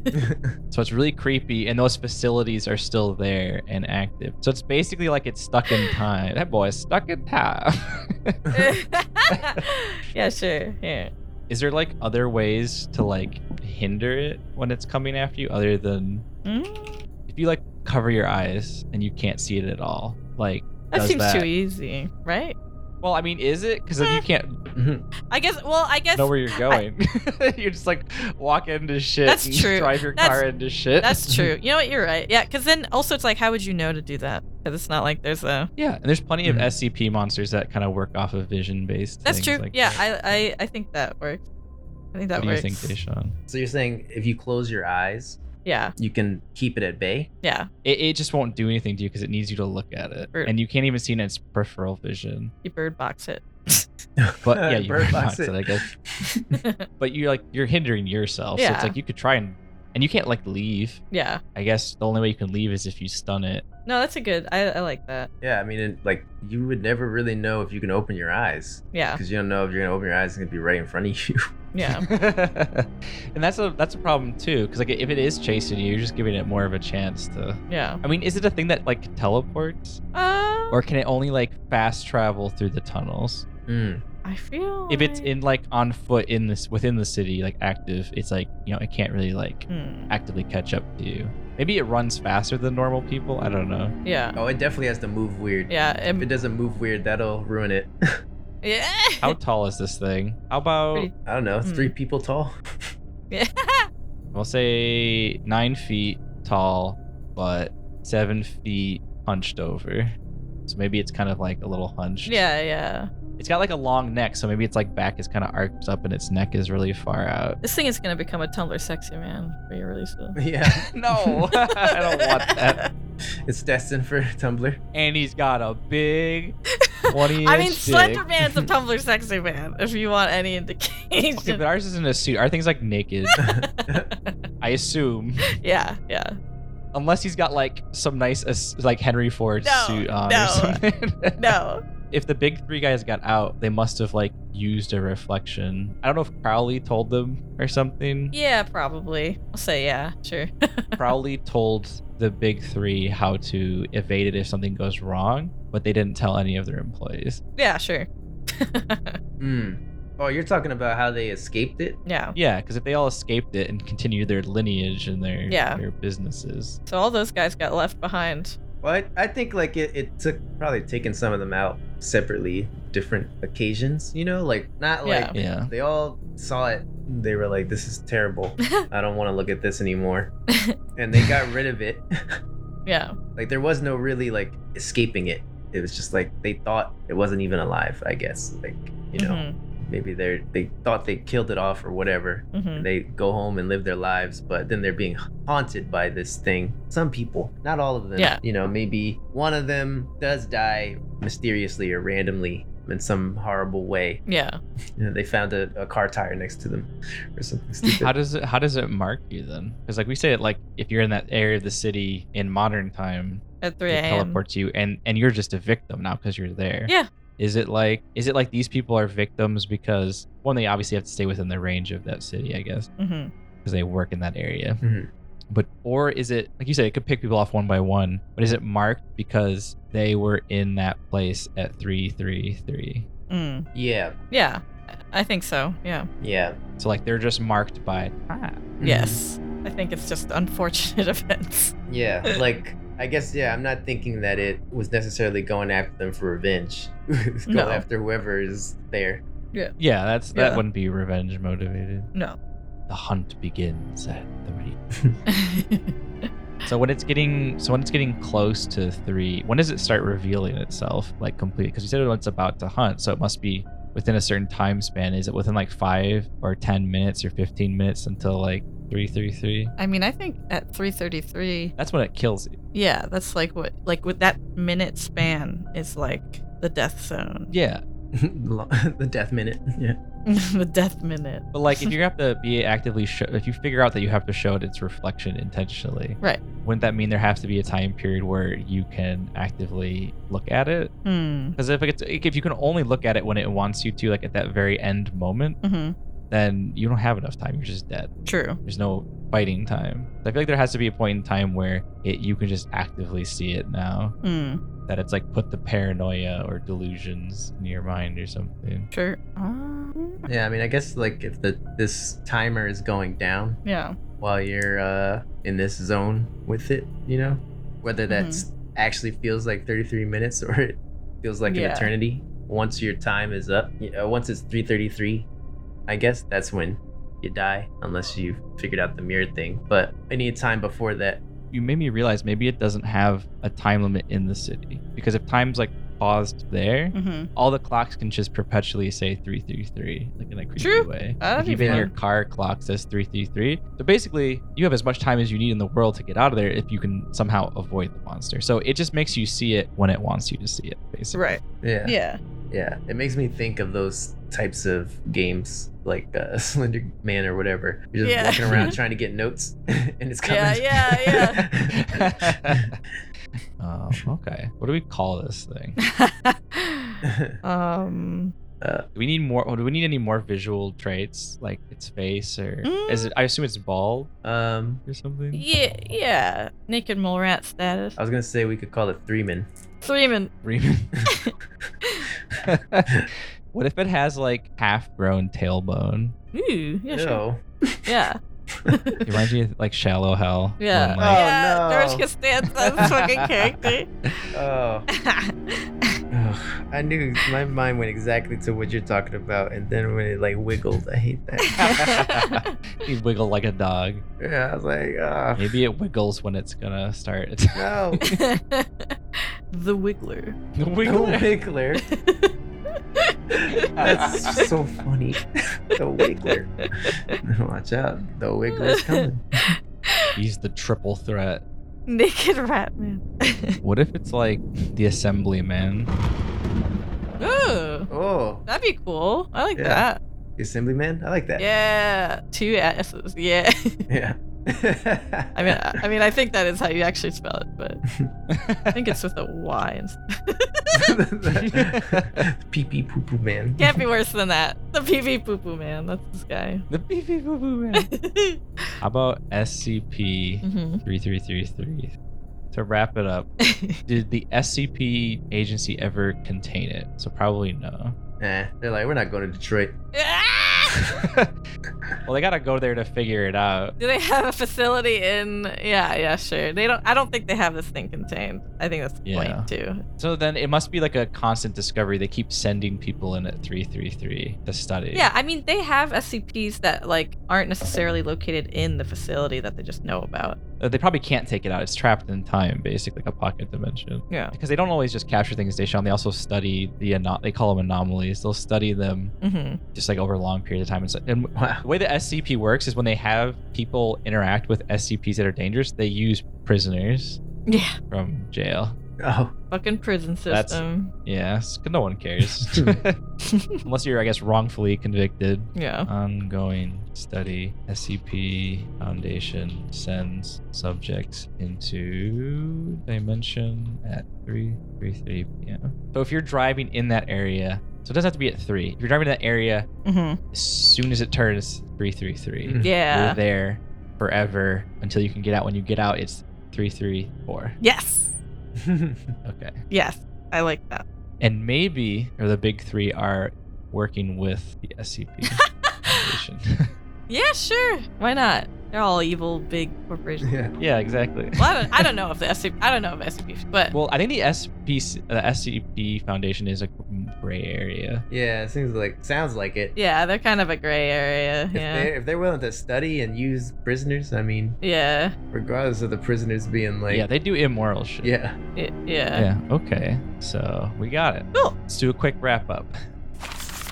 S5: So it's really creepy, and those facilities are still there and active. So it's basically like it's stuck in time. That boy is stuck in time.
S6: yeah, sure. Yeah.
S5: is there like other ways to like hinder it when it's coming after you, other than
S6: Mm,
S5: if you like cover your eyes and you can't see it at all? Like
S6: that
S5: does
S6: seems
S5: that?
S6: too e- easy, right?
S5: Well, I mean, is it? Because then you can't
S4: Mm-hmm.
S6: I guess. Well, I guess
S5: know where you're going. you're just like walk into shit.
S6: That's
S5: and
S6: true.
S5: Drive your
S6: That's-
S5: car into shit.
S6: that's true. You know what? You're right. Yeah, because then also it's like, how would you know to do that? Because it's not like there's a.
S5: Yeah, and there's plenty
S4: Mhm.
S5: of SCP monsters that kind of work off of vision based.
S6: That's true. yeah, I, I I think that works. I think that
S5: what do you
S6: works.
S5: think, Deshaun?
S4: so you're saying if you close your eyes,
S6: yeah,
S4: you can keep it at bay?
S6: yeah.
S5: It, it just won't do anything to you because it needs you to look at it,
S6: Sure.
S5: and you can't even see it in its peripheral vision.
S6: You bird box it.
S5: But yeah, you
S4: Bird
S5: box
S4: box
S5: it,
S4: it.
S5: I guess. But you're like you're hindering yourself, so
S6: Yeah.
S5: it's like you could try and and you can't like leave.
S6: yeah.
S5: I guess the only way you can leave is if you stun it.
S6: No, that's a good. I I like that.
S4: Yeah, I mean, it, like you would never really know if you can open your eyes
S6: Yeah.
S4: because you don't know if you're gonna open your eyes it's gonna be right in front of you.
S6: Yeah.
S5: and that's a that's a problem too, because like if it is chasing you, you're just giving it more of a chance to.
S6: Yeah.
S5: I mean, is it a thing that like teleports,
S6: Uh,
S5: or can it only like fast travel through the tunnels?
S4: Mm.
S6: I feel
S5: if it's
S6: like-
S5: in like on foot in this within the city like active it's like you know it can't really like
S6: Hmm,
S5: actively catch up to you maybe it runs faster than normal people i don't know
S6: yeah,
S4: Oh, it definitely has to move weird.
S6: yeah,
S4: If it
S6: it,
S4: doesn't move weird, that'll ruin it.
S6: yeah.
S5: how tall is this thing how about
S6: Pretty-
S4: I don't know,
S6: Mm.
S4: three people tall.
S5: we'll say nine feet tall but seven feet hunched over so maybe it's kind of like a little hunched
S6: yeah, yeah.
S5: it's got like a long neck so maybe its like back is kind of arched up and its neck is really far out
S6: This thing is gonna become a Tumblr sexy man for your release. though.
S4: yeah,
S5: no i don't want that
S4: it's destined for Tumblr.
S5: and he's got a big 20 inch
S6: I mean,
S5: dick.
S6: Slender Man's a Tumblr sexy man. If you want any indication.
S5: Okay, but ours isn't a suit. Our thing's like naked. I assume,
S6: yeah, yeah.
S5: unless he's got like some nice as- like Henry Ford
S6: No,
S5: suit on
S6: no,
S5: or something.
S6: No.
S5: if the big three guys got out, they must have like used a reflection. I don't know if Crowley told them or something.
S6: Yeah, probably. I'll say yeah. Sure.
S5: Crowley told the big three how to evade it if something goes wrong, but they didn't tell any of their employees.
S6: Yeah, sure.
S4: Mm. Oh, you're talking about how they escaped it?
S6: Yeah.
S5: Yeah, because if they all escaped it and continued their lineage and their
S6: Yeah.
S5: their businesses,
S6: So all those guys got left behind.
S4: Well, I, I think like it, it took probably taking some of them out separately, different occasions, you know, like not like
S6: Yeah.
S5: yeah.
S4: they all saw it. They were like, this is terrible. I don't want to look at this anymore. and they got rid of it.
S6: Yeah.
S4: like there was no really like escaping it. It was just like they thought it wasn't even alive. I guess like you know maybe they are they thought they killed it off or whatever.
S6: Mhm, mhm.
S4: And they go home and live their lives, but then they're being haunted by this thing. Some people, not all of them.
S6: Yeah.
S4: You know, maybe one of them does die mysteriously or randomly in some horrible way.
S6: Yeah.
S4: You know, they found a, a car tire next to them or something
S5: How
S4: stupid.
S5: does it how does it mark you then? Because like we say it like if you're in that area of the city in modern time,
S6: At 3
S5: it
S6: a.m.
S5: teleports you and and you're just a victim now because you're there.
S6: Yeah.
S5: Is it like is it like these people are victims because one they obviously have to stay within the range of that city, I guess,
S6: hmm
S5: because they work in that area.
S4: Mhm.
S5: But or is it like you said, it could pick people off one by one, but is it marked because they were in that place at three three three?
S6: Mm.
S4: yeah.
S6: Yeah. I- I think so. Yeah.
S4: Yeah.
S5: So like they're just marked by time.
S4: Mm-hmm.
S6: Yes. I think it's just unfortunate events.
S4: Mm, Yeah, like I guess yeah, I'm not thinking that it was necessarily going after them for revenge. It's going
S6: No.
S4: after whoever is there.
S5: Yeah, that's that
S6: Yeah.
S5: wouldn't be revenge motivated.
S6: No.
S5: The hunt begins at three. So when it's getting so when it's getting close to three, when does it start revealing itself like completely? Because you said it's about to hunt, so it must be within a certain time span. Is it within like five or ten minutes or fifteen minutes until like three three three?
S6: I mean, I think at 3:33.
S5: That's when it kills you.
S6: Yeah, that's like what like with that minute span is like the death zone.
S5: Yeah.
S4: Lo- the death minute. Yeah.
S6: the death minute.
S5: But like, if you have to be actively, show, if you figure out that you have to show it its reflection intentionally,
S6: Right.
S5: Wouldn't that mean there has to be a time period where you can actively look at it?
S6: Hmm.
S5: Because if it's if you can only look at it when it wants you to, like at that very end moment,
S6: hmm
S5: then you don't have enough time. You're just dead.
S6: True.
S5: There's no fighting time. So I feel like there has to be a point in time where it you can just actively see it now.
S6: Hmm.
S5: That it's like put the paranoia or delusions in your mind or something.
S6: Sure. Um,
S4: Yeah, I mean I guess like if the this timer is going down
S6: yeah.
S4: while you're uh in this zone with it, you know? Whether
S6: Mm-hmm.
S4: that's actually feels like 33 minutes or it feels like an
S6: Yeah.
S4: eternity once your time is up. y- uh, Once it's 3:33, I guess that's when you die unless you've figured out the mirror thing, but any time before that
S5: you made me realize maybe it doesn't have a time limit in the city because if time's like paused there,
S6: hmm
S5: all the clocks can just perpetually say three three three, like in a creepy
S6: True.
S5: way.
S6: That'd
S5: Like,
S6: be
S5: even
S6: fun.
S5: your car clock says three three three. So basically, you have as much time as you need in the world to get out of there if you can somehow avoid the monster. So it just makes you see it when it wants you to see it, basically.
S6: Right.
S4: yeah.
S6: Yeah.
S4: Yeah, it makes me think of those types of games like uh, Slender Man or whatever. You're just
S6: Yeah.
S4: walking around trying to get notes, and it's coming.
S6: Yeah, yeah,
S5: um, okay. What do we call this thing?
S6: um.
S5: Do we need more? Do we need any more visual traits, like its face, or is
S6: Mm.
S5: it? I assume it's bald
S4: um,
S5: or something.
S6: Yeah. Yeah. Naked mole rat status.
S4: I was gonna say we could call it three men.
S6: Three min.
S5: Reman. what if it has like half grown tailbone?
S6: Ooh. Yeah. Sure.
S4: No,
S6: Yeah.
S5: It reminds me of like shallow hell.
S6: Yeah.
S5: when, like-
S6: yeah.
S4: no.
S6: George Costanza's fucking character.
S4: oh, ugh. I knew my mind went exactly to what you're talking about, and then when it like wiggled, I hate that.
S5: you wiggle like a dog.
S4: Yeah, I was like, ah,
S5: Maybe it wiggles when it's gonna start. It's
S4: no,
S6: the Wiggler.
S5: the
S4: no
S5: wiggler.
S4: wiggler. That's so funny. the wiggler. Watch out, the wiggler's coming.
S5: He's the triple threat.
S6: Naked rat man.
S5: What if it's like the assemblyman?
S6: Ooh.
S4: Oh,
S6: That'd be cool. I like
S4: Yeah.
S6: that.
S4: the assemblyman. I like that.
S6: Yeah, two S's. Yeah.
S4: Yeah.
S6: I mean, I, I mean, I think that is how you actually spell it, but I think it's with a Y. And stuff.
S4: pee pee poo poo man.
S6: Can't be worse than that. The PV poo poo man. That's this guy.
S5: The beep, beep, boop, boop, man.
S6: mm-hmm.
S5: How about SCP 3333? To wrap it up, did the SCP agency ever contain it? So probably no.
S4: Nah, they're like, we're not going to Detroit.
S5: well, they gotta go there to figure it out.
S6: Do they have a facility in? Yeah, yeah, sure. They don't. I don't think they have this thing contained. I think that's the
S5: Yeah.
S6: point too.
S5: So then it must be like a constant discovery. They keep sending people in at three three three to study.
S6: Yeah, I mean, they have SCPs that like aren't necessarily located in the facility that they just know about.
S5: uh, they probably can't take it out. It's trapped in time, basically, like a pocket dimension.
S6: Yeah.
S5: Because they don't always just capture things they show. They also study the ano- they call them anomalies. They'll study them
S6: Mm-hmm.
S5: just like over a long period of time. And, so, and
S4: Wow.
S5: the way the SCP works is when they have people interact with SCPs that are dangerous, they use prisoners
S6: Yeah.
S5: from jail.
S4: Oh,
S6: Fucking prison
S5: That's-
S6: system.
S5: Yes, 'cause no one cares unless you're, I guess, wrongfully convicted.
S6: Yeah.
S5: Ongoing study. SCP Foundation sends subjects into dimension at 3 3 3 p.m. So if you're driving in that area, so it doesn't have to be at 3. If you're driving in that area,
S6: Mm-hmm.
S5: as soon as it turns 333,
S4: Mm.
S6: Yeah.
S5: you're there forever until you can get out. When you get out, it's 334.
S6: Yes.
S5: Okay.
S6: Yes. I like that.
S5: And maybe, or the big three are working with the SCP Foundation.
S6: Yeah, sure. Why not? They're all evil big corporations.
S4: yeah.
S5: yeah, exactly.
S6: Well, I don't, I don't know if the SCP. I don't know if SCP, but
S5: Well, I think the SCP, the SCP Foundation is a gray area.
S4: Yeah, it seems like sounds like it.
S6: yeah, they're kind of a gray area.
S4: If
S6: Yeah.
S4: they're if they're willing to study and use prisoners, I mean,
S6: Yeah.
S4: regardless of the prisoners being like
S5: yeah, they do immoral shit.
S4: yeah.
S6: Y- Yeah.
S5: Yeah. Okay. So we got it.
S6: Cool.
S5: Let's do a quick wrap up.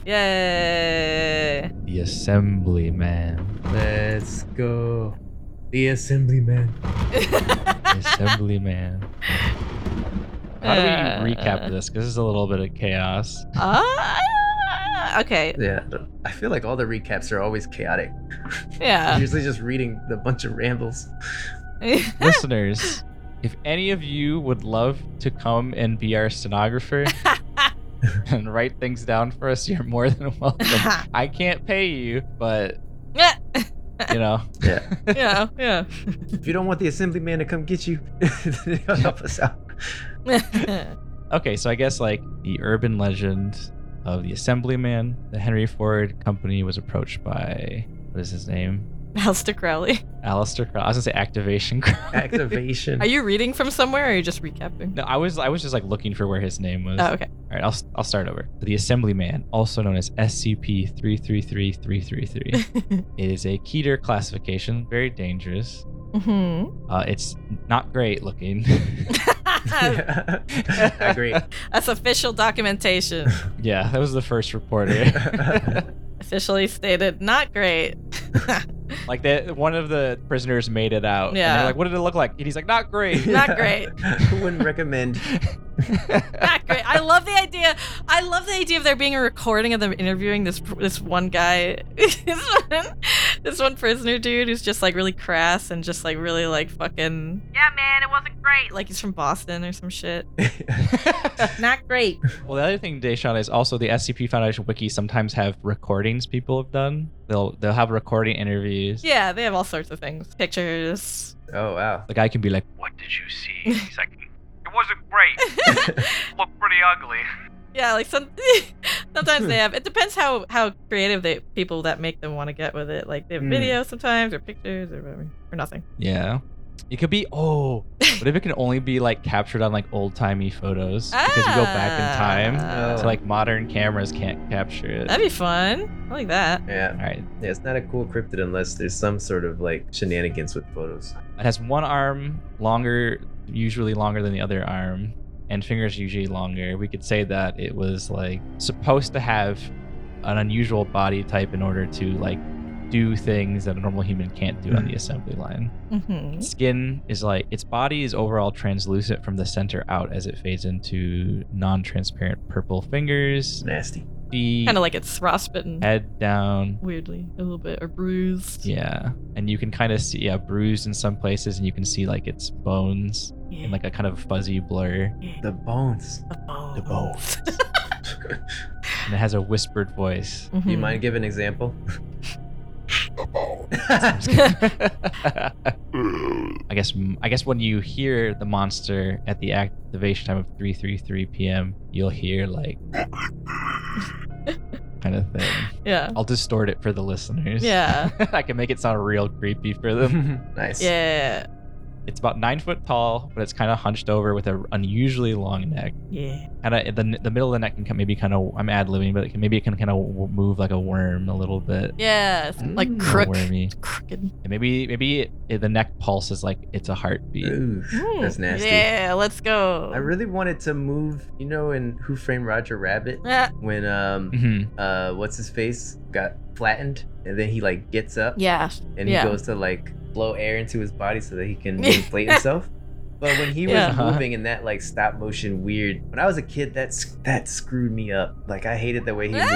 S6: Yay.
S5: The Assemblyman.
S4: Let's go. The assemblyman.
S5: The Assemblyman. How do
S6: Uh.
S5: we recap this? Because this is a little bit of chaos.
S6: Ah. okay.
S4: Yeah. I feel like all the recaps are always chaotic.
S6: Yeah.
S4: Usually just reading the bunch of rambles.
S5: Listeners, if any of you would love to come and be our stenographer and write things down for us, you're more than welcome. I can't pay you, but
S6: yeah.
S5: you know,
S4: Yeah.
S6: Yeah. Yeah.
S4: if you don't want the assemblyman to come get you, help us out.
S5: okay. So I guess like the urban legend of the Assemblyman, the Henry Ford Company was approached by what is his name,
S6: Alistair Crowley.
S5: Alistair Crowley. I was gonna say Activation Crowley.
S4: Activation.
S6: Are you reading from somewhere or are you just recapping?
S5: No, I was I was just like looking for where his name was.
S6: Oh, okay.
S5: All right, I'll, I'll start over. The Assemblyman, also known as SCP 333333, it is a Keter classification, very dangerous.
S6: mm-hmm.
S5: Uh, it's not great looking.
S4: Yeah. Agree.
S6: That's official documentation.
S5: yeah, that was the first reporter.
S6: Officially stated, not great.
S5: like that, one of the prisoners made it out. and they're
S6: Yeah.
S5: like, what did it look like? And he's like, not great.
S6: Not great.
S4: Who wouldn't recommend?
S6: not great. I love the idea. I love the idea of there being a recording of them interviewing this this one guy, this one, this one prisoner dude who's just like really crass and just like really like fucking. Yeah, man, it wasn't great. Like he's from Boston or some shit. Not great.
S5: Well, the other thing, Deshaun, is also the SCP Foundation wiki sometimes have recordings people have done. They'll they'll have recording interviews.
S6: Yeah, they have all sorts of things, pictures.
S4: oh wow.
S5: The guy can be like,
S8: What did you see? He's like, it wasn't great. Looked pretty ugly.
S6: yeah, like some. sometimes they have. It depends how how creative they people that make them want to get with it. Like they have
S4: Hmm.
S6: video sometimes or pictures or whatever or nothing.
S5: yeah. It could be oh, what if it can only be like captured on like old timey photos because you go back in time,
S6: Ah,
S5: so like modern cameras can't capture it.
S6: That'd be fun. I like that.
S4: Yeah.
S5: All right,
S4: Yeah, it's not a cool cryptid unless there's some sort of like shenanigans with photos.
S5: it has one arm longer, usually longer than the other arm, and fingers usually longer. We could say that it was like supposed to have an unusual body type in order to like do things that a normal human can't do on the assembly line.
S6: Mm-hmm.
S5: Skin is like its body is overall translucent from the center out as it fades into non-transparent purple fingers.
S4: Nasty.
S5: Feet,
S6: Kind of like it's raw spitting
S5: head down.
S6: weirdly a little bit or bruised.
S5: Yeah, and you can kind of see yeah bruised in some places, and you can see like its bones
S6: Yeah.
S5: in like a kind of fuzzy blur.
S4: The bones. The bones.
S5: And it has a whispered voice.
S6: Mm-hmm.
S4: Do you
S6: Hmm.
S4: mind giving an example?
S5: I guess I guess when you hear the monster at the activation time of 3:33 p.m., you'll hear like kind of thing.
S6: Yeah.
S5: I'll distort it for the listeners.
S6: Yeah.
S5: I can make it sound real creepy for them.
S4: nice.
S6: Yeah.
S5: It's about nine foot tall, but it's kind of hunched over with an unusually long neck.
S6: Yeah.
S5: Kind of the, the middle of the neck can maybe kind of I'm ad libbing, but it can, maybe it can kind of move like a worm a little bit.
S6: Yeah. It's like
S5: Kinda
S6: crook.
S5: wormy.
S6: Crooked.
S5: And maybe maybe it, the neck pulse is like it's a heartbeat.
S4: Ooh, that's
S6: Ooh,
S4: nasty.
S6: Hmm. Yeah, let's go.
S4: I really wanted to move, you know, in Who Framed Roger Rabbit
S6: Ah,
S4: when um
S5: hmm
S4: uh what's his face got flattened and then he like gets up
S6: yeah.
S4: and he
S6: yeah.
S4: goes to like blow air into his body so that he can inflate himself. But when he was
S6: Yeah.
S5: Uh-huh.
S4: moving in that like stop motion weird, when I was a kid, that s- that screwed me up. Like I hated the way he moved.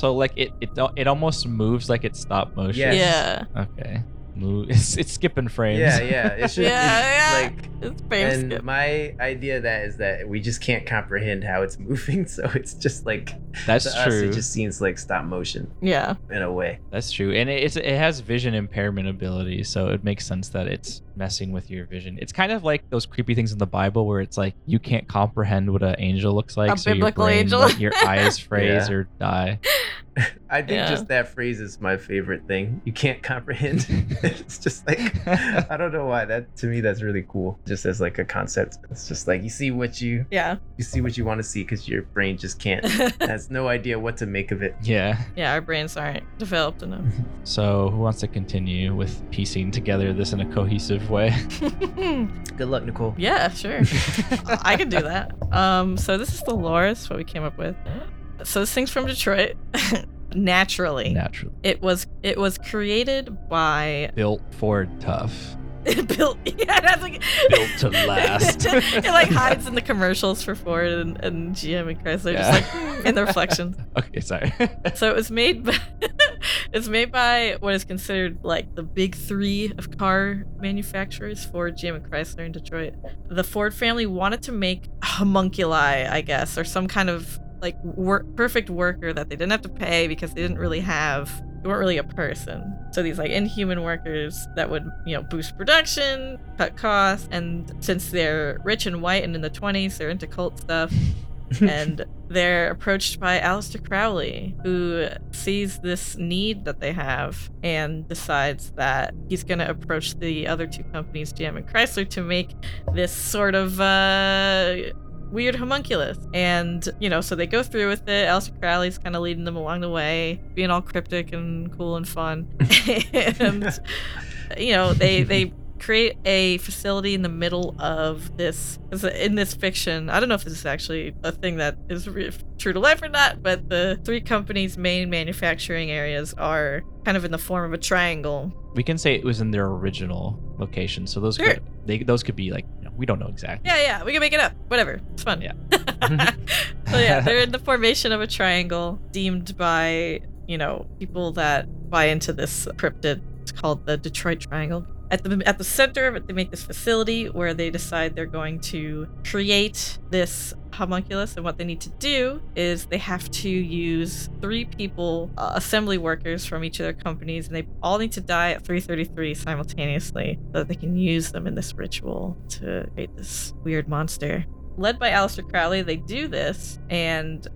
S5: So like it it al- it almost moves like it's stop motion.
S4: Yes.
S6: Yeah.
S5: Okay. Move. It's, it's skipping frames.
S4: Yeah, yeah, it should.
S6: Yeah, yeah.
S4: Like,
S6: It's frame
S4: and
S6: skip.
S4: my idea of that is that we just can't comprehend how it's moving, so it's just like
S5: That's
S4: to us,
S5: true.
S4: it just seems like stop motion
S6: Yeah.
S4: in a way.
S5: That's true, and it- it's it has vision impairment ability, so it makes sense that it's messing with your vision. It's kind of like those creepy things in the Bible where it's like you can't comprehend what an angel looks like,
S6: A
S5: so your
S6: biblical
S5: brain,
S6: angel.
S5: like, your eyes frays
S4: Yeah.
S5: or die.
S4: I think
S6: Yeah.
S4: just that phrase is my favorite thing. You can't comprehend. it's just like I don't know why that to me that's really cool. Just as like a concept, it's just like you see what you
S6: Yeah.
S4: you see what you want to see because your brain just can't has no idea what to make of it.
S5: Yeah.
S6: yeah, our brains aren't developed enough.
S5: So who wants to continue with piecing together this in a cohesive way?
S4: Good luck, Nicole.
S6: yeah, sure. I can do that. Um, so this is Dolores, what we came up with. So this thing's from Detroit. Naturally,
S5: Naturally
S6: it was it was created by
S5: built for tough.
S6: built. Yeah, that's like
S5: Built to last.
S6: it like hides in the commercials for Ford and, and GM and Chrysler, just like in the reflections.
S5: Okay, sorry.
S6: So it was made by it's made by what is considered like the big three of car manufacturers, Ford, GM, and Chrysler in Detroit. The Ford family wanted to make homunculi, I guess, or some kind of like work perfect worker that they didn't have to pay because they didn't really have they weren't really a person. So these like inhuman workers that would, you know, boost production, cut costs, and since they're rich and white and in the twenties, they're into cult stuff and they're approached by Aleister Crowley, who sees this need that they have and decides that he's going to approach the other two companies, GM and Chrysler, to make this sort of uh, weird homunculus. And, you know, so they go through with it. Aleister Crowley's kind of leading them along the way, being all cryptic and cool and fun. and, you know, they, they create a facility in the middle of this 'cause in this fiction i don't know if this is actually a thing that is re- true to life or not but the three companies main manufacturing areas are kind of in the form of a triangle
S5: we can say it was in their original location, so those
S6: Sure.
S5: could they those could be like you know, we don't know exactly.
S6: yeah yeah we can make it up whatever it's fun
S5: Yeah.
S6: so yeah they're in the formation of a triangle deemed by you know people that buy into this cryptid it's called the detroit triangle at the at the center of it they make this facility where they decide they're going to create this homunculus and what they need to do is they have to use three people uh, assembly workers from each of their companies and they all need to die at 333 simultaneously so that they can use them in this ritual to create this weird monster led by Aleister Crowley, they do this, and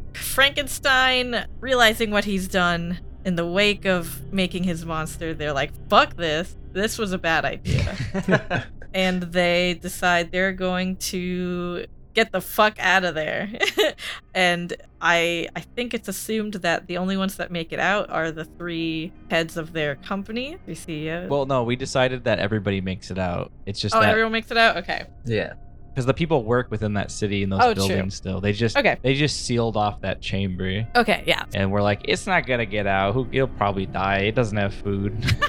S6: Frankenstein, realizing what he's done in the wake of making his monster, they're like, fuck this. This was a bad idea. and they decide they're going to get the fuck out of there. and I I think it's assumed that the only ones that make it out are the three heads of their company, three CEOs.
S5: Well, no, we decided that everybody makes it out. It's just
S6: oh,
S5: that
S6: everyone makes it out? Okay.
S4: yeah,
S5: because the people work within that city in those
S6: Oh, true.
S5: buildings still. They just
S6: Okay.
S5: they just sealed off that chamber,
S6: Okay, yeah.
S5: and we're like, it's not gonna get out. Who it'll probably die. It doesn't have food.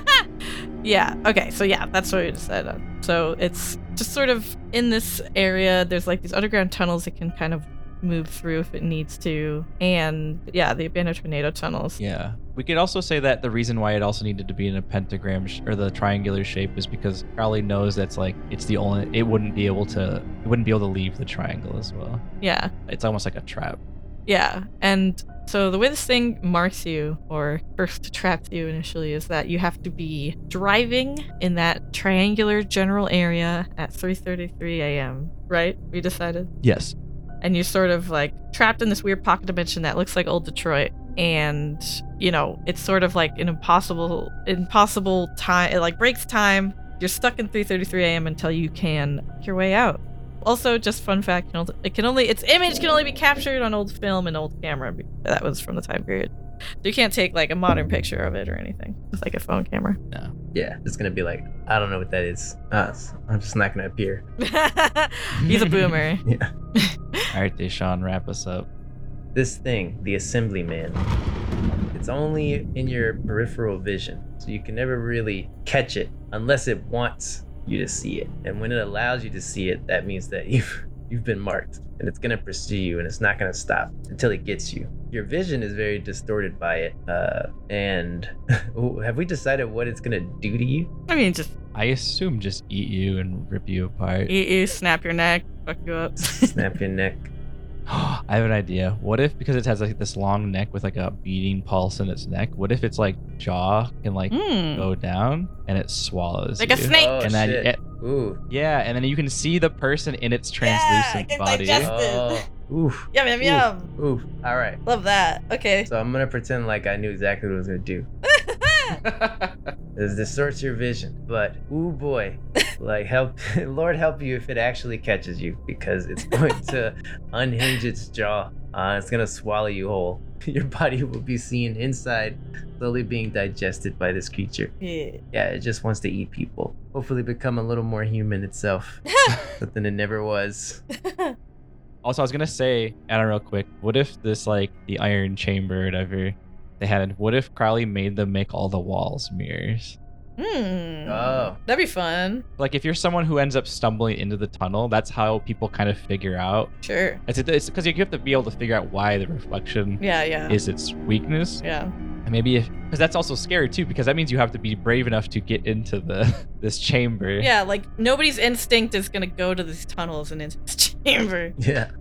S6: Yeah. Okay. So yeah, that's what we decided on. So it's just sort of in this area. There's like these underground tunnels that can kind of move through if it needs to, and yeah, the abandoned tornado tunnels.
S5: yeah, we could also say that the reason why it also needed to be in a pentagram sh- or the triangular shape is because Crowley knows that's like it's the only it wouldn't be able to it wouldn't be able to leave the triangle as well.
S6: Yeah.
S5: It's almost like a trap.
S6: Yeah. And so the way this thing marks you or first traps you initially is that you have to be driving in that triangular general area at 3:33 a.m. Right? We decided.
S5: Yes.
S6: and you're sort of like trapped in this weird pocket dimension that looks like old Detroit. And you know, it's sort of like an impossible, impossible time. It like breaks time. You're stuck in 3:33 a.m. until you can make your way out. Also, just fun fact: can only- it can only its image can only be captured on old film and old camera. be- That was from the time period. So you can't take like a modern picture of it or anything with like a phone camera.
S4: Yeah, it's gonna be like, I don't know what that is. Uh, I'm just not gonna appear.
S6: He's a boomer.
S4: Yeah.
S5: All right, Deshaun, wrap us up.
S4: This thing, the assemblyman, it's only in your peripheral vision, so you can never really catch it unless it wants you to see it. And when it allows you to see it, that means that you've you've been marked, and it's gonna pursue you, and it's not gonna stop until it gets you. Your vision is very distorted by it. Uh, and Ooh, have we decided what it's gonna do to you?
S6: I mean, just
S5: I assume just eat you and rip you apart.
S6: eat you, snap your neck, fuck you up.
S4: Snap your neck.
S5: I have an idea. What if because it has like this long neck with like a beating pulse in its neck? What if its like jaw can like
S6: Hmm.
S5: go down and it swallows
S6: Like a
S5: you?
S6: snake.
S4: Oh,
S5: and then
S4: shit.
S5: yeah,
S4: Ooh.
S5: yeah, and then you can see the person in its translucent
S6: it's
S5: body.
S6: digestive.
S4: Oh. Oof.
S6: Yum yum
S4: Ooh.
S6: yum.
S4: Oof. All right.
S6: Love that. Okay.
S4: So I'm gonna pretend like I knew exactly what I was gonna do. This distorts your vision, but ooh boy, like help, Lord help you if it actually catches you, because it's going to unhinge its jaw. Uh, it's gonna swallow you whole. Your body will be seen inside, slowly being digested by this creature.
S6: Yeah.
S4: Yeah, it just wants to eat people. Hopefully, become a little more human itself, something it never was.
S5: also, I was gonna say, Adam, real quick. What if this like the iron chamber, or whatever they had? What if Crowley made them make all the walls mirrors?
S6: Hmm.
S4: Oh.
S6: That'd be fun.
S5: Like if you're someone who ends up stumbling into the tunnel, that's how people kind of figure out.
S6: Sure.
S5: It's because you have to be able to figure out why the reflection
S6: Yeah. Yeah.
S5: is its weakness.
S6: yeah.
S5: And maybe if because that's also scary too, because that means you have to be brave enough to get into the this chamber.
S6: Yeah. Like nobody's instinct is gonna go to these tunnels and into this chamber.
S4: Yeah.
S5: yeah.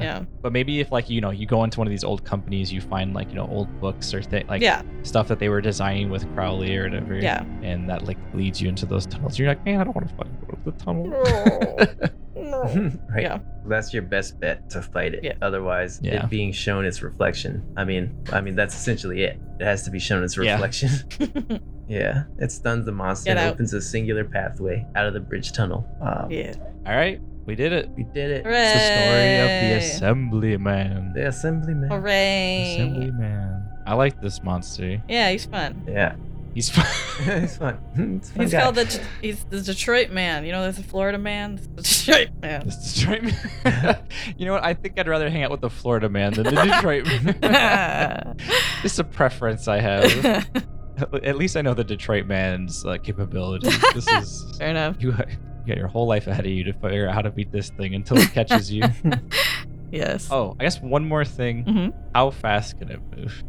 S6: Yeah.
S5: But maybe if like you know you go into one of these old companies, you find like you know old books or thing like
S6: yeah.
S5: stuff that they were designing with Crowley or whatever.
S6: Yeah.
S5: And that like leads you into those tunnels. You're like, man, I don't want to fucking go to the tunnel.
S6: No.
S4: right.
S6: Yeah.
S4: That's your best bet to fight it.
S6: Yeah.
S4: Otherwise,
S5: Yeah.
S4: it being shown its reflection. I mean, I mean that's essentially it. It has to be shown its
S5: Yeah.
S4: reflection. yeah. It stuns the monster
S6: Get
S4: and
S6: out.
S4: opens a singular pathway out of the bridge tunnel. Um,
S6: yeah.
S5: All right, we did it.
S4: We did it.
S6: Hooray.
S5: It's the story of the assemblyman.
S4: The assemblyman.
S6: Hooray.
S5: Assemblyman. I like this monster.
S6: Yeah, he's fun.
S4: Yeah.
S5: He's fun.
S4: it's fun. It's a fun.
S6: He's
S4: guy.
S6: called the he's the Detroit man. You know, there's a Florida man. there's The Detroit man.
S5: This Detroit man. you know what? I think I'd rather hang out with the Florida man than the Detroit man. It's a preference I have. At least I know the Detroit man's uh, capabilities. This is
S6: Fair enough.
S5: you. You got your whole life ahead of you to figure out how to beat this thing until it catches you.
S6: Yes.
S5: Oh, I guess one more thing.
S6: Mhm.
S5: How fast can it move?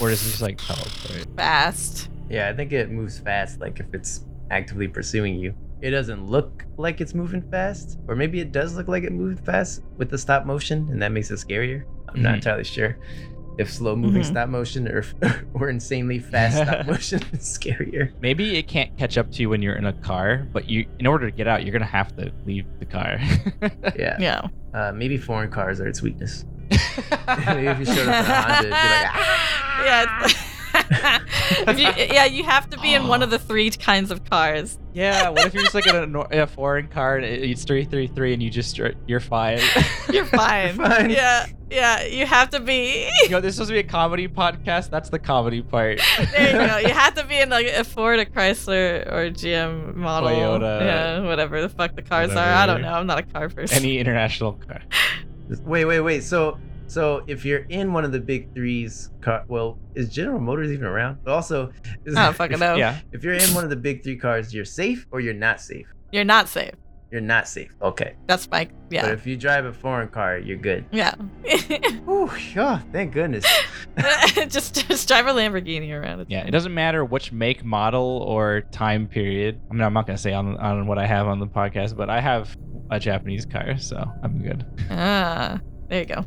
S5: Or does it just like teleport?
S6: Fast.
S4: Yeah, I think it moves fast, like if it's actively pursuing you. It doesn't look like it's moving fast, or maybe it does look like it moved fast with the stop motion, and that makes it scarier. I'm not
S5: Mhm.
S4: entirely sure if slow moving
S6: Mhm.
S4: stop motion or, or insanely fast stop motion is scarier.
S5: Maybe it can't catch up to you when you're in a car, but you, in order to get out, you're gonna have to leave the car.
S4: Yeah.
S6: Yeah.
S4: Uh, maybe foreign cars are its weakness. maybe if you showed up in a Honda, it'd be like, "Ah."
S6: Yeah. it's- If you- yeah, you have to be in one of the three kinds of cars.
S5: Yeah, what if you're just like in a, nor- a foreign car and it- it's 333 and you just, are- you're fine.
S6: You're fine.
S4: fine.
S6: Yeah, yeah, you have to be.
S5: you know, this is supposed to be a comedy podcast. That's the comedy part.
S6: There you go. You have to be in like a Ford, a Chrysler, or GM model.
S5: Toyota.
S6: Yeah, whatever the fuck the cars are. I don't
S5: Whatever.
S6: know. I'm not a car person.
S5: Any international car.
S4: Wait, wait, wait. So, so if you're in one of the big threes, car, well, is General Motors even around? But also, is,
S6: I don't fucking
S4: if,
S6: know.
S5: Yeah.
S4: if you're in one of the big three cars, you're safe or you're not safe.
S6: You're not safe.
S4: You're not safe. Okay.
S6: That's my yeah.
S4: But if you drive a foreign car, you're good.
S6: yeah.
S4: Ooh, yeah. Thank goodness.
S6: just just drive a Lamborghini around. It's
S5: Yeah, it
S6: fine.
S5: doesn't matter which make, model, or time period. I mean, I'm not going to say on, on what I have on the podcast, but I have a Japanese car, so I'm good.
S6: Ah, there you go.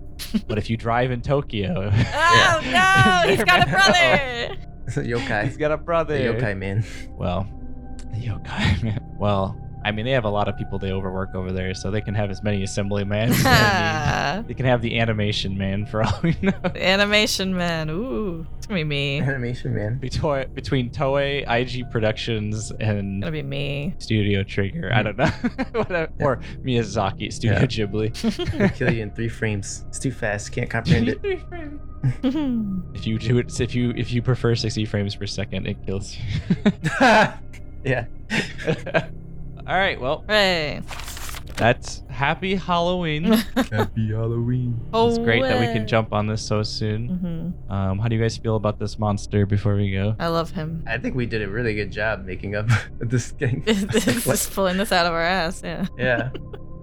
S5: But if you drive in Tokyo,
S6: Oh no, he's got a
S5: Oh.
S6: brother.
S4: yokai.
S5: he's got a brother.
S4: The yokai man.
S5: Well, the yokai man. Well, I mean, they have a lot of people they overwork over there, so they can have as many assemblymen. as they need. They can have the animation man for all we know.
S6: Animation man. Ooh, it's gonna be me.
S4: Animation man.
S5: Between, between Toei, IG Productions, and
S6: gonna be me.
S5: Studio Trigger. I don't know. Whatever. Or Miyazaki, Studio
S4: Yeah. They
S5: Ghibli.
S4: kill you in three frames. It's too fast. Can't comprehend it.
S5: if you do it, if you if you prefer 60 frames per second, it kills you.
S4: yeah.
S5: All right, well,
S6: right.
S5: that's happy Halloween. It's
S1: Happy Halloween.
S6: Oh,
S5: great that we can jump on this so soon.
S6: hmm
S5: Um, how do you guys feel about this monster before we go?
S6: I love him.
S4: I think we did a really good job making up this game.
S6: Just pulling this out of our ass. Yeah.
S4: yeah.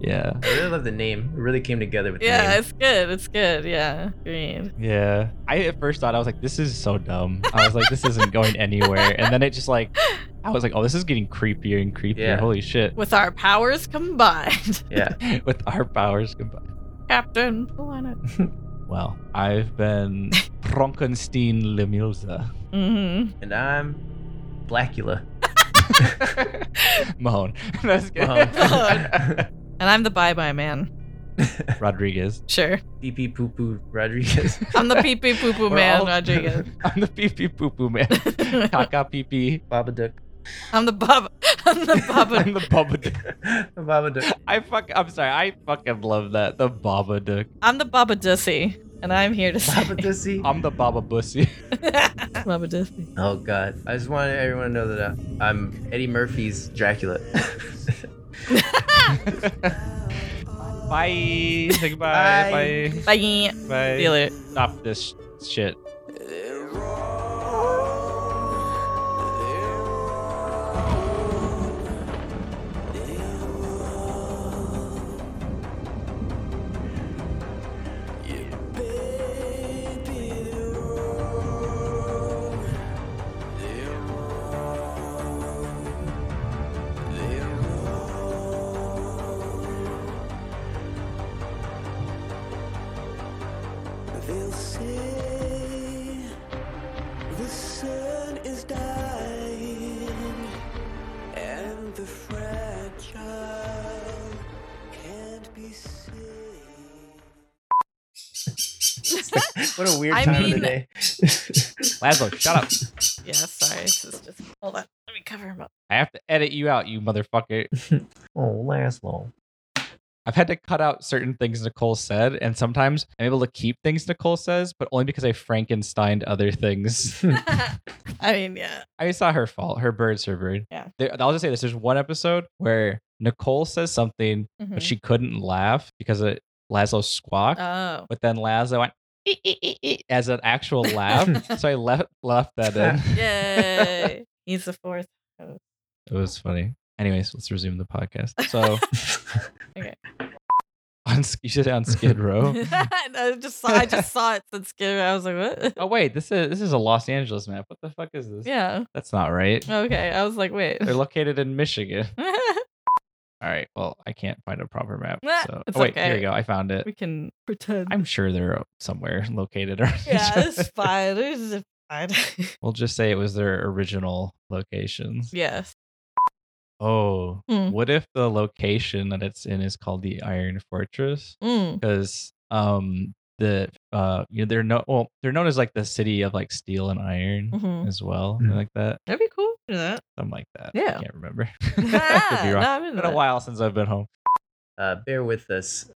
S5: Yeah.
S4: I really love the name. It really came together with the
S6: Yeah,
S4: name.
S6: it's good. It's good. Yeah. Green.
S5: Yeah. I at first thought I was like, this is so dumb. I was like, this isn't going anywhere. And then it just like I was like, oh, this is getting creepier and creepier.
S4: Yeah.
S5: Holy shit.
S6: With our powers combined.
S4: Yeah.
S5: With our powers combined.
S6: Captain Planet.
S5: Well, I've been Frankenstein Lemilza.
S6: hmm
S4: And I'm Blackula.
S5: Mahone. That's
S6: Oh,
S5: good.
S4: Um, Mahone.
S6: And I'm the bye bye man.
S5: Rodriguez.
S6: Sure.
S4: Pee Pee Poo Poo Rodriguez.
S6: I'm the pee pee poo poo
S4: We're
S6: man,
S4: all-
S6: Rodriguez.
S5: I'm the pee pee poo poo man. Kaka pee pee.
S4: Baba Duck.
S6: I'm the bub. I'm the
S5: I'm
S6: bubba.
S5: the Babadook.
S4: Baba Duck.
S5: I fuck. I'm sorry. I fucking love that. The Babadook.
S6: I'm the bubba dussy. And I'm here to say.
S4: Baba Dussy.
S5: I'm the Baba Bussy.
S6: Bubba dussy.
S4: Oh god. I just wanted everyone to know that uh, I'm Eddie Murphy's Dracula.
S5: Bye. Say goodbye.
S4: Bye.
S5: Bye.
S6: Bye. See
S5: Bye.
S6: you later.
S5: Stop this sh- shit.
S9: They'll say the sun is dying and the fragile can't be saved.
S4: what a weird
S6: I
S4: time
S6: mean-
S4: of the day.
S5: Laszlo, shut up.
S6: Yeah, sorry. This is just. Hold on. Let me cover him up.
S5: I have to edit you out, you motherfucker.
S4: Oh, Laszlo.
S5: I've had to cut out certain things Nicole said, and sometimes I'm able to keep things Nicole says, but only because I Frankensteined other things. Hmm.
S6: I mean, yeah.
S5: I saw her fault. Her bird's her bird.
S6: Yeah.
S5: There, I'll just say this: there's one episode where Nicole says something,
S6: Mhm.
S5: but she couldn't laugh because it Laszlo squawked.
S6: Oh.
S5: but then Laszlo went "Ee, ee, ee, ee," as an actual laugh, so I left left that in.
S6: Yay. He's the fourth.
S5: It was funny. Anyways, let's resume the podcast. So,
S6: Okay.
S5: on, Sk- you should say on Skid Row.
S6: I just saw. I just saw it since Gary. I was like, what?
S5: oh wait, this is this is a Los Angeles map. What the fuck is this?
S6: Yeah. Oh.
S5: that's not right.
S6: Okay. I was like, wait.
S5: They're located in Michigan. All right. Well, I can't find a proper map.
S6: Ah,
S5: So,
S6: it's
S5: oh, wait, here
S6: okay.
S5: we go. I found it.
S6: we can pretend.
S5: I'm sure they're somewhere located. around each
S6: yeah, it's
S5: other.
S6: fine. It's fine.
S5: We'll just say it was their original locations.
S6: yes.
S5: Oh,
S6: Hmm.
S5: what if the location that it's in is called the Iron Fortress?
S6: Mm.
S5: Because um the uh you know they're no well they're known as like the city of like steel and iron
S6: Mhm.
S5: as well something like that
S6: That'd be cool. Do that.
S5: something like that.
S6: Yeah.
S5: I can't remember.
S6: Ah,
S5: I could be wrong.
S6: no, I'm
S5: It's
S6: into
S5: been a
S6: that.
S5: while since I've been home.
S4: Uh, bear with us,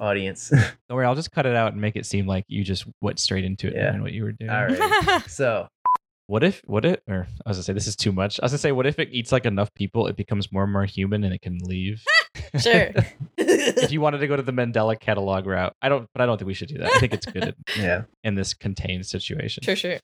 S4: audience.
S5: Don't worry, I'll just cut it out and make it seem like you just went straight into it
S4: Yeah.
S5: and what you were doing.
S4: All right. so,
S5: What if what if or I was gonna say this is too much. I was gonna say what if it eats like enough people, it becomes more and more human and it can leave.
S6: Sure.
S5: if you wanted to go to the Mandela catalog route, I don't, but I don't think we should do that. I think it's good in,
S4: yeah.
S5: in this contained situation.
S6: sure, sure.